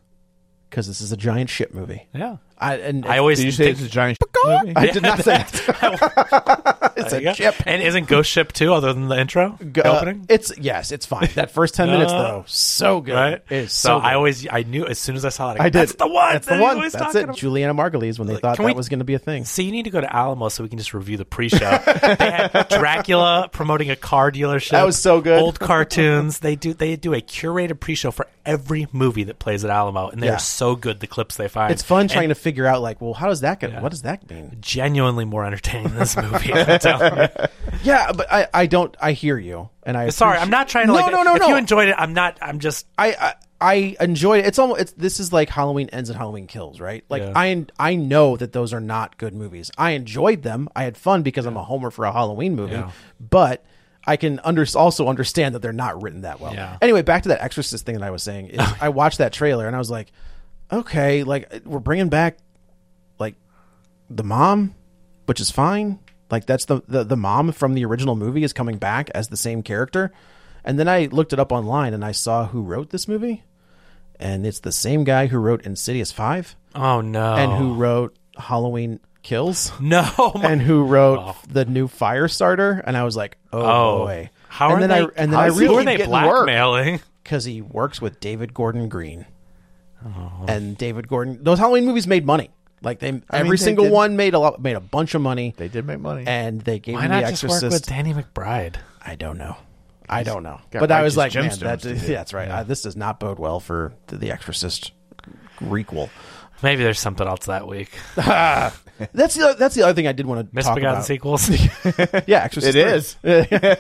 S3: because this is a giant ship movie.
S4: yeah,
S3: I and
S4: I always
S2: Did you say
S4: think-
S2: it's a giant? movie?
S3: I did not say that. it's
S4: There
S3: a
S4: you go.
S3: ship.
S4: And isn't Ghost Ship too? Other than the intro, the
S3: Uh,
S4: opening.
S3: It's yes, it's fine. That first ten minutes
S4: Uh,
S3: though, so good.
S4: Right,
S3: It is
S4: so,
S3: so.
S4: I
S3: good.
S4: always I knew as soon as I saw it. I,
S3: I
S4: go,
S3: did.
S4: That's the one.
S3: That's the
S4: that he
S3: one.
S4: was
S3: That's
S4: talking
S3: it.
S4: about."
S3: Juliana Margulies when they thought
S4: can
S3: that
S4: we-
S3: was going to be a thing.
S4: So you need to go to Alamo so we can just review the pre-show. they had Dracula promoting a car dealership.
S3: That was so good.
S4: Old cartoons. they do they do a curated pre-show for every movie that plays at Alamo, and they're
S3: Yeah.
S4: so good. The clips they find.
S3: It's fun trying to
S4: And
S3: figure out like, well, how does that get? What does that mean?
S4: genuinely more entertaining than this movie. I'm telling you.
S3: Yeah, but I, I don't I hear you and I
S4: Sorry,
S3: appreciate-
S4: I'm not trying to
S3: no,
S4: like.
S3: no no
S4: if
S3: no
S4: you enjoyed it, I'm not. I'm just.
S3: I, I I enjoy it. It's almost it's this is like Halloween ends and Halloween kills right like
S4: Yeah.
S3: I I know that those are not good movies I enjoyed them I had fun because I'm a homer for a Halloween movie but I can under, also understand that they're not written that well
S4: Yeah.
S3: anyway back to that Exorcist thing that I was saying is I watched that trailer and I was like okay like we're bringing back like the mom, which is fine. Like that's the, the the mom from the original movie is coming back as the same character. And then I looked it up online and I saw who wrote this movie, and it's the same guy who wrote Insidious Five
S4: Oh no.
S3: and who wrote Halloween Kills
S4: No. my-
S3: and who wrote the new Firestarter. And I was like, oh,
S4: oh.
S3: boy.
S4: How
S3: and
S4: are
S3: then
S4: they?
S3: I and then
S4: how
S3: I
S4: is he- who are
S3: really
S4: they
S2: getting work?
S4: blackmailing?
S3: because he works with David Gordon Green,
S4: Oh.
S3: and David Gordon. Those Halloween movies made money. Like they, every
S2: they
S3: single
S2: did-
S3: one made a lot, made a bunch of money.
S2: They did make money.
S3: and they gave
S4: Why
S3: him
S4: not
S3: the
S4: just
S3: Exorcist.
S4: work with Danny McBride?
S3: I don't know. I don't know.
S2: got
S3: But I was like,
S2: righteous
S3: man,
S2: gemstones
S3: that,
S2: to
S3: yeah,
S2: do.
S3: that's right. Uh, this does not bode well for the, the Exorcist requel.
S4: Maybe there's something else that week.
S3: That's the that's the other thing I did want to talk
S4: Misbegotten
S3: about.
S4: sequels.
S3: Yeah, Exorcist.
S2: it
S3: three.
S2: is.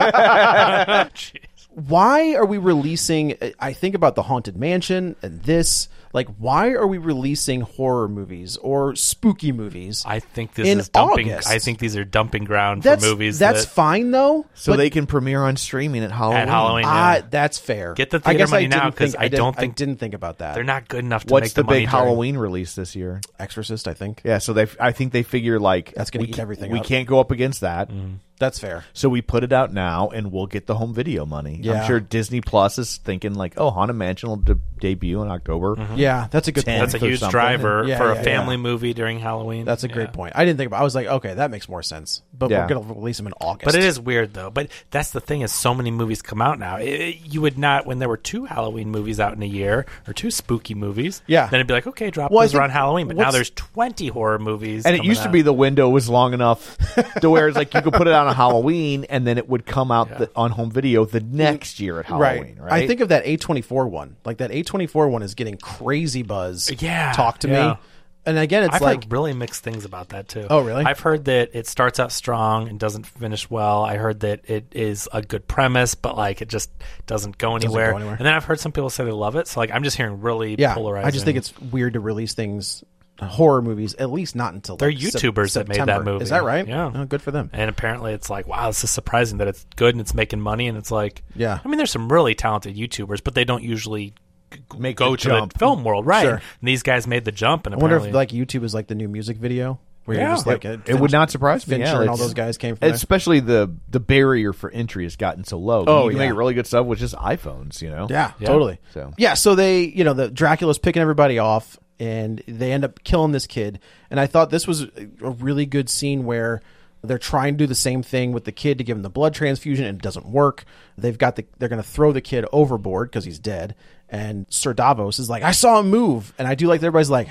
S4: Jeez.
S3: Why are we releasing? I think about the Haunted Mansion and this. Like, why are we releasing horror movies or spooky movies?
S4: I think this
S3: In
S4: is dumping.
S3: August.
S4: I think these are dumping ground
S3: that's
S4: for movies.
S3: that's
S4: that,
S3: fine though.
S2: so
S3: but
S2: they can premiere on streaming at Halloween.
S4: at Halloween.
S3: I,
S4: yeah.
S3: that's fair.
S4: Get the
S3: I
S4: theater
S3: guess
S4: money
S3: I didn't
S4: now, 'cause
S3: think-
S4: I
S3: didn't-
S4: don't think-
S3: I didn't think about that.
S4: they're not good enough to
S2: What's
S4: make
S2: the,
S4: the, money
S2: big
S4: during-
S2: Halloween release this year?
S3: Exorcist. I think.
S2: Yeah, so they I think they figure like
S3: That's gonna
S2: we
S3: eat
S2: ca-
S3: everything
S2: We
S3: up. Mm-hmm.
S2: can't go up against that.
S3: That's fair.
S2: So we put it out now, and we'll get the home video money.
S3: Yeah.
S2: I'm sure Disney Plus is thinking like, oh, Haunted Mansion will de- debut in October.
S3: Yeah, that's a good
S2: Ten.
S3: point.
S4: That's a
S2: for
S4: huge
S2: something.
S4: driver
S3: Yeah,
S4: for
S3: yeah,
S4: a family movie during Halloween.
S3: That's a great
S4: Yeah.
S3: point. I didn't think about. I was like, okay, that makes more sense. But
S2: Yeah.
S3: we're gonna release them in August.
S4: But it is weird though. But that's the thing is, so many movies come out now. It- it- you would not when there were two Halloween movies out in a year or two spooky movies.
S3: Yeah.
S4: then it'd be like, okay, drop
S3: Well, I
S4: those around
S3: think
S4: Halloween. But now
S3: what's-
S4: there's 20 horror movies,
S2: And it
S4: coming
S2: used to
S4: out.
S2: be the window was long enough to where it's like you could put it on a Halloween, and then it would come out the, on home video the next year at Halloween. Right?
S3: I think of that A24 one. Like that A24 one is getting crazy buzz.
S4: Yeah,
S3: Talk to
S4: yeah.
S3: me. And again, it's
S4: I've
S3: like
S4: heard really mixed things about that too.
S3: Oh, really?
S4: I've heard that it starts out strong and doesn't finish well. I heard that it is a good premise, but like it just doesn't go anywhere.
S3: anywhere.
S4: And then I've heard some people say they love it. So like I'm just hearing really
S3: yeah.
S4: polarizing.
S3: I just think it's weird to release things horror movies at least not until
S4: They're
S3: like, Sep-
S4: YouTubers that made that
S3: September.
S4: movie.
S3: Is that right?
S4: Yeah.
S3: Oh, good for them.
S4: And apparently, it's like, wow, this is surprising that it's good and it's making money. And it's like,
S3: Yeah.
S4: I mean, there's some really talented YouTubers, but they don't usually g- g-
S2: Make
S4: go
S2: the
S4: to
S2: jump.
S4: the film world, right?
S3: Sure.
S4: And these guys made the jump, and
S3: I wonder
S4: apparently,
S3: if like YouTube is like the new music video where you're
S4: Yeah.
S3: just like
S2: it,
S3: Finch-
S2: would not surprise me.
S3: Fincher
S2: yeah,
S3: and all
S2: it's-
S3: those guys came from. there.
S2: Especially the the barrier for entry has gotten so low.
S3: Oh,
S2: you can
S3: yeah.
S2: make really good stuff with just iPhones. You know,
S3: Yeah, totally.
S2: So-
S3: yeah, so they, you know, the Dracula's picking everybody off, and they end up killing this kid. And I thought this was a really good scene where they're trying to do the same thing with the kid to give him the blood transfusion, and it doesn't work. They've got the they're going to throw the kid overboard because he's dead. And Sir Davos is like, I saw him move, and I do like that everybody's like,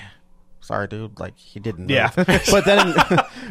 S3: sorry, dude, like he didn't. Move.
S2: Yeah.
S3: but then,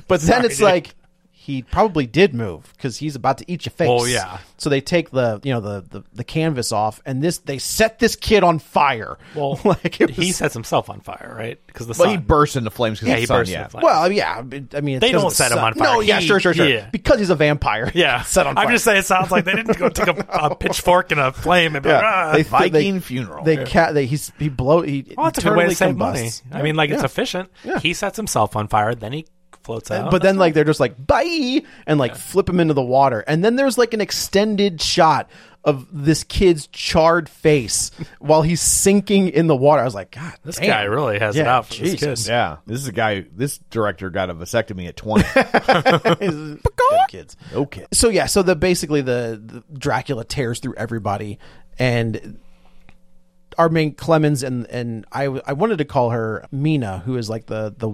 S3: but then it's like. He probably did move because he's about to eat your face.
S4: Oh, yeah.
S3: So they take the you know the, the the canvas off, and this they set this kid on fire.
S4: well,
S3: like it was,
S4: he sets himself on fire, right? Because the
S2: But
S4: sun.
S2: he bursts into flames because
S4: yeah, he bursts.
S2: yeah.
S4: into flames.
S3: Well, yeah, but, I mean, it's
S4: They
S3: 'cause of
S4: don't
S3: the
S4: set him
S3: sun.
S4: on fire.
S3: No, yeah,
S4: He-
S3: sure, sure, sure.
S4: yeah.
S3: Because he's a vampire.
S4: yeah,
S3: set on fire.
S4: I'm just saying, it sounds like they didn't go take a, a pitchfork and a flame and be like, ah.
S3: They-
S2: Viking
S3: they-
S2: funeral.
S3: They ca- they he's he blow he
S4: well, Oh, that's a good way to
S3: eternally
S4: save
S3: combusts.
S4: money. I mean, like it's
S3: Yeah.
S4: efficient.
S3: Yeah.
S4: He sets himself on fire, then he floats out.
S3: but then like they're just like bye and like flip him into the water and then there's like an extended shot of this kid's charred face while he's sinking in the water i was like god
S4: this
S3: damn.
S4: guy really has it
S3: Yeah,
S4: out for this kid.
S3: Jesus.
S2: yeah, this is a guy. This director got a vasectomy at twenty.
S3: Good kids
S2: okay.
S3: so yeah so the basically the, the dracula tears through everybody and our main clemens and and i i wanted to call her mina who is like the the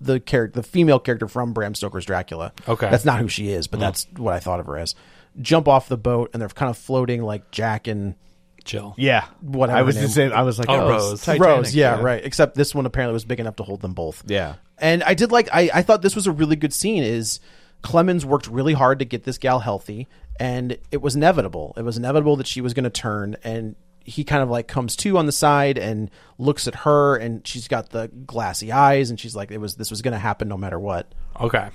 S3: the character the female character from bram stoker's dracula
S4: Okay.
S3: that's not who she is but that's what i thought of her as jump off the boat and they're kind of floating like jack and
S4: Jill.
S2: Yeah,
S3: Whatever
S2: I was
S3: her
S2: just
S3: name-
S2: saying. I was like,
S4: Oh,
S2: oh, it's
S4: Rose.
S2: Titanic,
S3: Rose, yeah, right. Except this one apparently was big enough to hold them both.
S2: Yeah.
S3: And I did like I, I thought this was a really good scene is Clemens worked really hard to get this gal healthy and it was inevitable. It was inevitable that she was gonna turn and he kind of like comes to on the side and looks at her and she's got the glassy eyes and she's like it was this was gonna happen no matter what.
S4: Okay.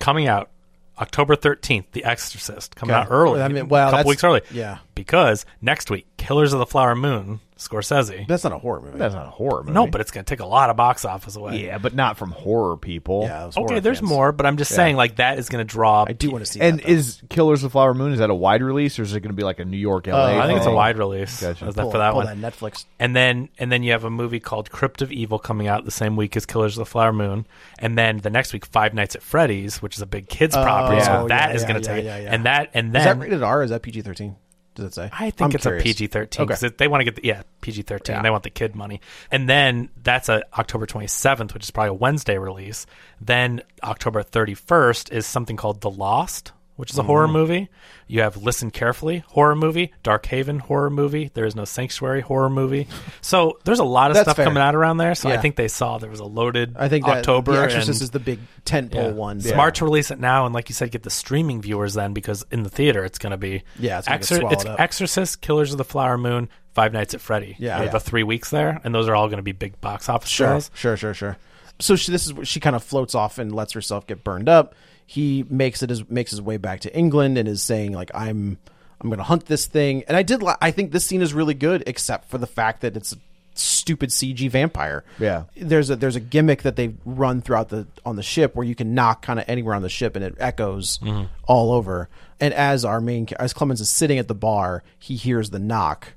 S4: Coming out October 13th, The Exorcist. Coming
S3: Okay.
S4: out early.
S3: I mean, well,
S4: a
S3: that's-
S4: couple weeks early.
S3: yeah.
S4: Because next week, Killers of the Flower Moon, Scorsese.
S3: That's not a horror movie.
S2: That's not a horror movie.
S4: No, but it's going to take a lot of box office away.
S2: yeah, but not from horror people.
S3: yeah, it was
S4: Okay,
S3: horror
S4: there's
S3: fans.
S4: more, but I'm just saying, like, that is going to draw.
S3: I do want to see
S2: And
S3: that, though.
S2: is Killers of the Flower Moon is that a wide release or is it going to be like a New York, LA?
S4: Uh, I think it's a
S2: thing?
S4: wide release
S2: Gotcha.
S4: Is that
S3: pull,
S4: for that
S3: pull
S4: one.
S3: that Netflix
S4: and then and then you have a movie called Crypt of Evil coming out the same week as Killers of the Flower Moon, and then the next week Five Nights at Freddy's, which is a big kids property,
S3: Oh, yeah,
S4: so that
S3: yeah,
S4: is going
S3: yeah,
S4: to take
S3: yeah, yeah.
S4: and that and then
S3: Is that rated R or is that PG thirteen? Does it say?
S4: I think
S3: I'm
S4: it's
S3: curious.
S4: a PG thirteen because
S3: Okay.
S4: they want to get the yeah PG thirteen. They want the kid money, and then that's a October twenty seventh, which is probably a Wednesday release. Then October thirty first is something called The Lost, which is a horror
S3: Mm.
S4: movie. You have Listen Carefully horror movie, Dark Haven horror movie. There is no Sanctuary horror movie. So there's a lot of
S3: That's
S4: stuff
S3: fair.
S4: coming out around there. So
S3: Yeah.
S4: I think they saw there was a loaded.
S3: I think that
S4: October.
S3: The Exorcist
S4: and-
S3: is the big tentpole
S4: yeah.
S3: one.
S4: Smart to release it now, and like you said, get the streaming viewers then because in the theater it's going to be
S3: Yeah, it's gonna get
S4: Exor-
S3: swallowed
S4: it's
S3: up.
S4: Exorcist, Killers of the Flower Moon, Five Nights at Freddy.
S3: Yeah.
S4: are
S3: Yeah.
S4: the three weeks there, and those are all going to be big box office
S3: Sure,
S4: draws.
S3: sure, sure, sure. So she, this is she kind of floats off and lets herself get burned up. He makes it his makes his way back to England and is saying like I'm I'm going to hunt this thing. And I did li- I think this scene is really good except for the fact that it's a stupid CG vampire.
S2: Yeah.
S3: There's a there's a gimmick that they run throughout the on the ship where you can knock kind of anywhere on the ship and it echos all over. And as our main ca- as Clemens is sitting at the bar, he hears the knock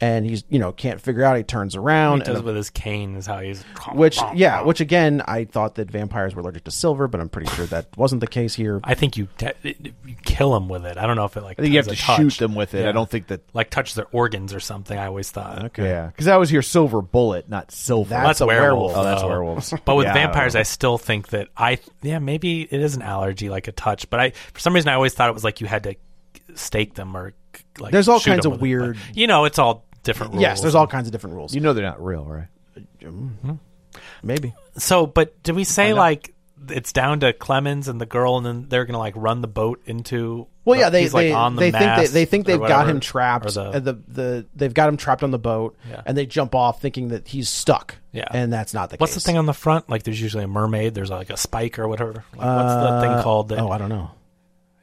S3: and he's you know can't figure out. He turns around.
S4: He
S3: and
S4: does it with his cane is how he's
S3: which yeah, which again, I thought that vampires were allergic to silver, but I'm pretty sure that wasn't the case here.
S4: I think you te- you kill him with it. I don't know if it like
S2: I think you have
S4: does
S2: to
S4: a touch.
S2: shoot them with it.
S4: Yeah.
S2: I don't think that.
S4: like touch their organs or something. I always thought.
S3: Okay.
S2: Yeah, because I always hear silver bullet, not silver.
S3: That's That's a werewolf,
S2: Oh, that's
S4: though.
S2: werewolves.
S4: But with
S2: Yeah, I don't
S4: vampires,
S2: know.
S4: I, still think that I yeah maybe it is an allergy like a touch. But I for some reason I always thought it was like you had to stake them or like
S3: There's all
S4: shoot
S3: kinds
S4: them
S3: of
S4: with it, but,
S3: weird-
S4: you know, it's all different. Rules.
S3: Yes, there's all kinds of different rules.
S2: you know they're not real, right?
S3: Maybe.
S4: So, but did we say like it's down to Clemens and the girl, and then they're gonna like run the boat into?
S3: Well,
S4: the-
S3: yeah, they
S4: he's, like,
S3: they,
S4: on the
S3: they think they,
S4: mast
S3: they think
S4: or
S3: they've got
S4: whatever,
S3: him trapped.
S4: or
S3: The...
S4: the-
S3: the the they've got him trapped on the boat,
S4: Yeah.
S3: and they jump off thinking that he's stuck.
S4: Yeah.
S3: and that's not the
S4: what's the
S3: case.
S4: thing on the front? Like, there's usually a mermaid. There's like a spike or whatever. Like, what's the thing called? That,
S3: Oh, I don't know.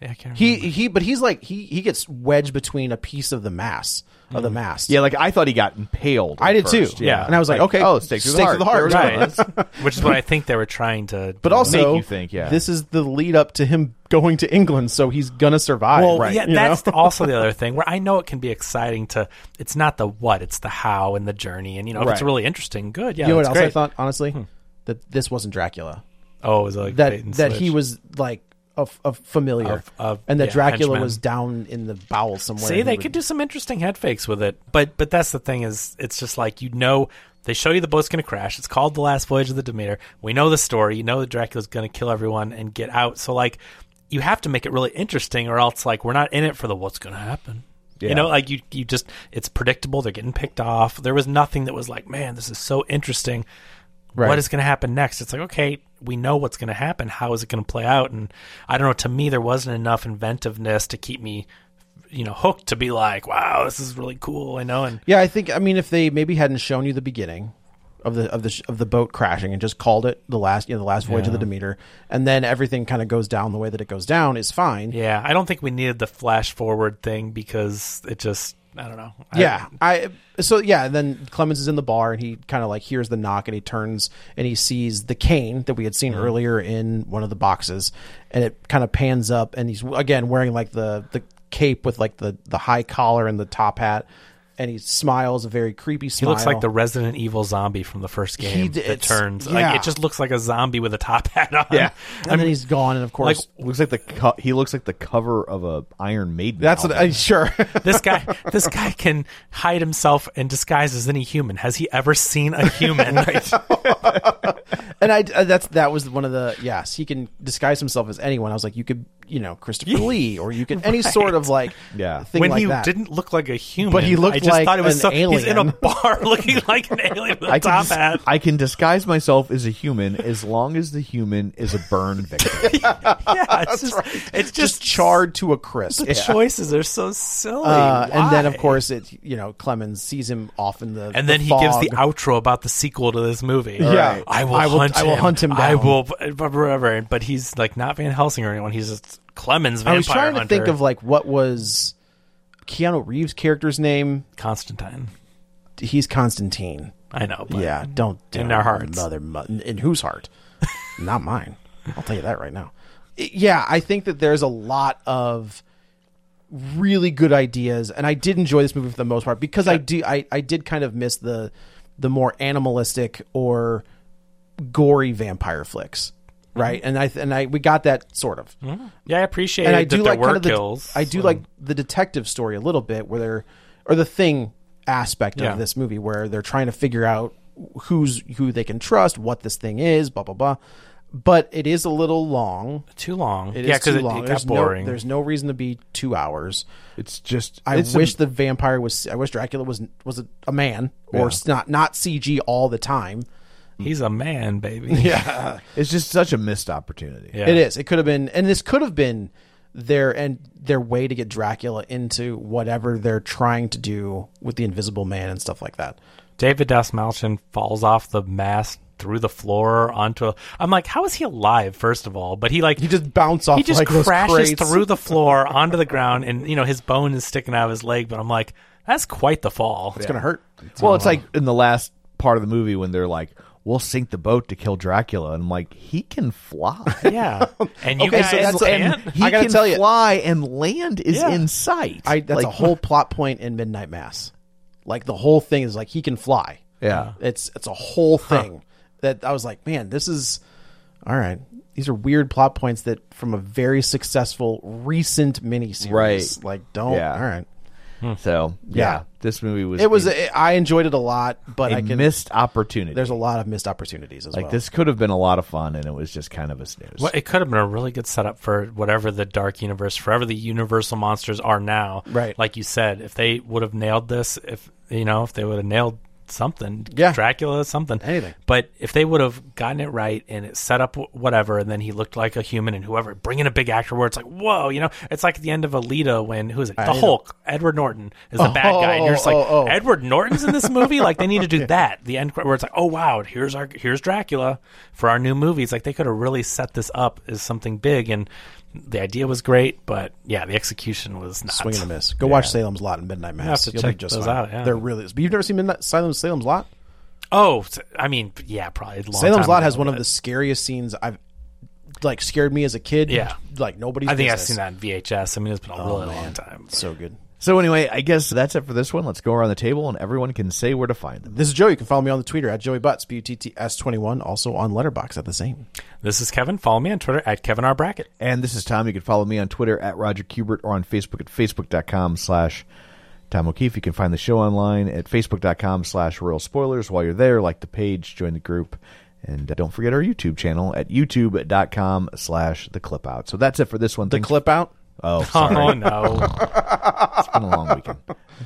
S4: yeah, I can't
S3: He
S4: remember.
S3: he, but he's like he he gets wedged between a piece of the mass of
S4: Mm.
S3: the mast.
S2: Yeah, like I thought he got impaled.
S3: I
S2: at
S3: did too.
S2: first,
S4: yeah.
S3: and I was like, okay,
S2: oh, stake through the heart.
S4: right, which is what I think they were trying to.
S3: But also,
S2: Make you think, yeah.
S3: this is the lead up to him going to England, so he's gonna survive.
S4: Well,
S3: right?
S4: yeah,
S3: you
S4: that's
S3: know?
S4: also the other thing where I know it can be exciting to. It's not the what, it's the how and the journey. And you know, if it's
S2: Right.
S4: really interesting, good. Yeah,
S3: you know what
S4: that's
S3: else I
S4: great.
S3: thought? Honestly, that this wasn't Dracula.
S4: Oh, it was like bait
S3: That
S4: and
S3: that
S4: switch.
S3: he was like a, f- a familiar,
S4: Of- of-
S3: and that
S4: yeah,
S3: Dracula
S4: henchman.
S3: was down in the bowel somewhere.
S4: See,
S3: and
S4: they
S3: he
S4: could
S3: would-
S4: do some interesting head fakes with it, but but that's the thing is, it's just like you know they show you the boat's going to crash. It's called the Last Voyage of the Demeter. We know the story. You know that Dracula's going to kill everyone and get out. So like, you have to make it really interesting, or else like we're not in it for the what's going to happen. You
S2: Yeah.
S4: know, like you you just it's predictable. They're getting picked off. There was nothing that was like, man, this is so interesting.
S3: Right.
S4: What is going to happen next? It's like, okay, we know what's going to happen. How is it going to play out? And I don't know. To me, there wasn't enough inventiveness to keep me you know hooked to be like wow this is really cool i know and
S3: Yeah, I think. I mean, if they maybe hadn't shown you the beginning of the of the sh- of the boat crashing and just called it the last you know the last voyage of the Demeter, and then everything kind of goes down the way that it goes down is fine.
S4: yeah i don't think we needed the flash forward thing because it just i don't know I-
S3: Yeah, I so yeah. And then Clemens is in the bar, and he kind of like hears the knock, and he turns and he sees the cane that we had
S4: Mm-hmm.
S3: seen earlier in one of the boxes, and it kind of pans up, and he's again wearing like the the cape with like the the high collar and the top hat, and he smiles a very creepy
S4: he
S3: smile.
S4: looks like the resident evil zombie from the first game
S3: d-
S4: that
S3: it's-
S4: turns
S3: yeah.
S4: like it just looks like a zombie with a top hat on
S2: Yeah.
S3: and then he's gone, and of course.
S4: like
S2: looks like the co- he looks like the cover of a Iron Maiden.
S3: that's what
S2: album.
S3: I sure.
S4: this guy this guy can hide himself and disguise as any human has he ever seen a human
S3: And I uh, that's that was one of the yes he can disguise himself as anyone. I was like you could you know Christopher Lee or you could any sort of like
S2: Yeah.
S3: thing
S4: when
S3: like
S4: he
S3: that.
S4: didn't look like a human
S3: But he looked
S4: I just
S3: like
S4: thought it was
S3: an
S4: so, he's in a
S3: alien.
S4: bar looking like an alien with a
S2: I can,
S4: top
S2: dis-
S4: hat
S2: I can disguise myself as a human as long as the human is a burn victim.
S4: yeah it's just it's
S3: just
S4: just
S3: charred to a crisp.
S4: The choices are so silly.
S3: Uh, and then of
S4: Why?
S3: course it you know Clemens sees him off in the
S4: and then
S3: the
S4: he gives the
S3: fog.
S4: outro about the sequel to this movie.
S3: Yeah. Right.
S4: I will,
S3: I will-
S4: hunt
S3: I
S4: him.
S3: will hunt him
S4: I
S3: down.
S4: will, whatever. But he's like not Van Helsing or anyone. He's just Clemens Vampire
S3: I was trying
S4: Hunter.
S3: to think of like what was Keanu Reeves' character's name.
S4: Constantine.
S3: He's Constantine.
S4: I know. But
S3: Yeah, don't do
S4: In our hearts.
S3: mother, mo- in whose heart? Not mine. I'll tell you that right now. I- Yeah, I think that there's a lot of really good ideas, and I did enjoy this movie for the most part because I do. I, I did kind of miss the the more animalistic or gory vampire flicks, right?
S4: Mm-hmm.
S3: And I th- and I we got that sort of
S4: yeah, I appreciate
S3: and I
S4: that
S3: do
S4: there
S3: like
S4: were
S3: kind of the
S4: kills.
S3: I do
S4: and-
S3: like the detective story a little bit where they're or the thing aspect
S4: Yeah.
S3: of this movie where they're trying to figure out who's who they can trust, what this thing is, blah blah blah. But it is a little long.
S4: too long.
S3: It is
S4: yeah,
S3: too
S4: it,
S3: long.
S4: it
S3: there's
S4: got boring.
S3: No, there's no reason to be two hours.
S2: It's just
S3: I
S2: it's
S3: wish the vampire was. I wish Dracula was was a, a man or s- not not CG all the time.
S4: he's a man, baby. Yeah,
S2: it's just such a missed opportunity.
S4: yeah.
S3: It is. It could have been, and this could have been their and their way to get Dracula into whatever they're trying to do with the Invisible Man and stuff like that.
S4: David Dasmalchian falls off the mast through the floor onto a. I'm like, how is he alive? First of all, but he like
S3: He just bounce off.
S4: he just
S3: like those
S4: crashes
S3: crates.
S4: through the floor onto the ground and you know his bone is sticking out of his leg but i'm like that's quite the fall
S3: It's gonna hurt.
S2: Well, it's like in the last part of the movie when they're like, "We'll sink the boat to kill Dracula," and I'm like, "He can fly."
S4: yeah and you
S3: Okay,
S4: guys
S3: so that's-
S4: can't?
S2: He
S3: I gotta
S2: can
S3: tell you-
S2: fly and land is in sight.
S3: I, that's
S2: Like,
S3: a whole plot point in Midnight Mass. Like the whole thing is like he can fly.
S2: Yeah.
S3: It's it's a whole thing that I was like, man, this is all right. These are weird plot points that from a very successful recent miniseries.
S2: Right.
S3: Like don't
S2: Yeah.
S3: all right.
S2: hmm. So yeah,
S3: Yeah.
S2: this movie was
S3: It was
S2: a,
S3: I enjoyed it a lot, but I
S2: a
S3: can
S2: missed opportunity.
S3: there's a lot of missed opportunities as
S2: like
S3: well.
S2: this could have been a lot of fun, and it was just kind of a snooze.
S4: Well, it could have been a really good setup for whatever the dark universe, forever the universal monsters are now.
S3: Right.
S4: Like you said, if they would have nailed this, if you know, if they would have nailed something,
S3: Yeah.
S4: Dracula, something,
S3: Anything.
S4: But if they would have gotten it right and it set up wh- whatever, and then he looked like a human, and whoever bring in a big actor where it's like, whoa, you know, it's like at the end of Alita when who is it? The
S3: Alita.
S4: Hulk, Edward Norton is the bad guy, and you're just like,
S3: oh, oh.
S4: Edward Norton's in this movie. like they need to do that. The end cre- where it's like, oh wow, here's our here's Dracula for our new movies. Like they could have really set this up as something big, and the idea was great, but yeah, the execution was not.
S3: swing and a miss. Go watch Salem's Lot and Midnight Mass.
S4: to
S3: You'll
S4: check
S3: be just
S4: those
S3: fine.
S4: out, yeah.
S3: They're really. but You've never seen Midnight Silence Salem's Lot?
S4: Oh, s- I mean, yeah, probably. A long
S3: Salem's
S4: time
S3: Lot
S4: ago,
S3: has one of
S4: but
S3: the scariest scenes I've like scared me as a kid.
S4: Yeah.
S3: like nobody's.
S4: I think I've
S3: business.
S4: seen that in VHS. I mean, it's been a
S3: Oh,
S4: really long time.
S3: So good.
S2: so anyway, I guess that's it for this one. Let's go around the table, and everyone can say where to find them.
S3: This is Joe. You can follow me on the Twitter at Joey Butts B U T T S twenty one. Also on Letterbox at the same.
S4: This is Kevin. Follow me on Twitter at Kevin R Brackett.
S2: And this is Tom. You can follow me on Twitter at Roger Kubert or on Facebook at facebook.com slash Tom O'Keefe. You can find the show online at facebook.com slash Royal Spoilers. While you're there, like the page, join the group, and uh, don't forget our YouTube channel at youtube.com slash The Clip Out. So that's it for this one.
S3: The
S2: Thanks-
S3: clip out.
S2: Oh, sorry.
S4: Oh no,
S2: It's been a long weekend.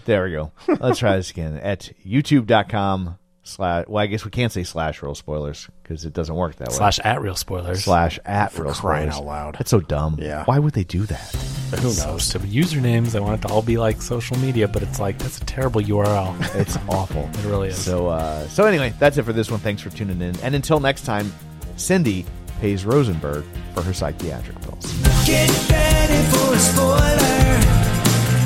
S2: There we go. Let's try this again at youtube.com slash, well, I guess we can't say slash Royal Spoilers because it doesn't work that way.
S4: slash at real spoilers.
S2: Slash at Royal
S3: crying
S2: Spoilers.
S3: out loud.
S2: That's so dumb.
S3: Yeah.
S2: Who Why would they do that?
S4: Who knows? Stupid usernames. I want it to all be like social media, but it's like that's a terrible URL.
S2: It's awful.
S4: It really is.
S2: So, uh, so anyway, that's it for this one. Thanks for tuning in. And until next time, Cindy pays Rosenberg for her psychiatric pills.
S1: Get ready for a spoiler.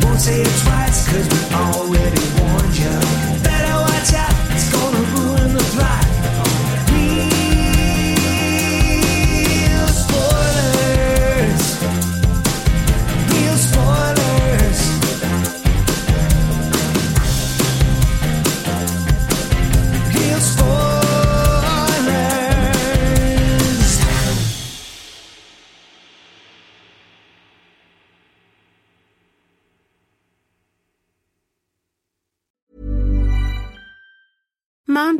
S1: Won't say it twice, cause we already warned you. Better watch out, it's gonna ruin the plot. Real spoilers. Real spoilers. Real spoilers.
S5: Mom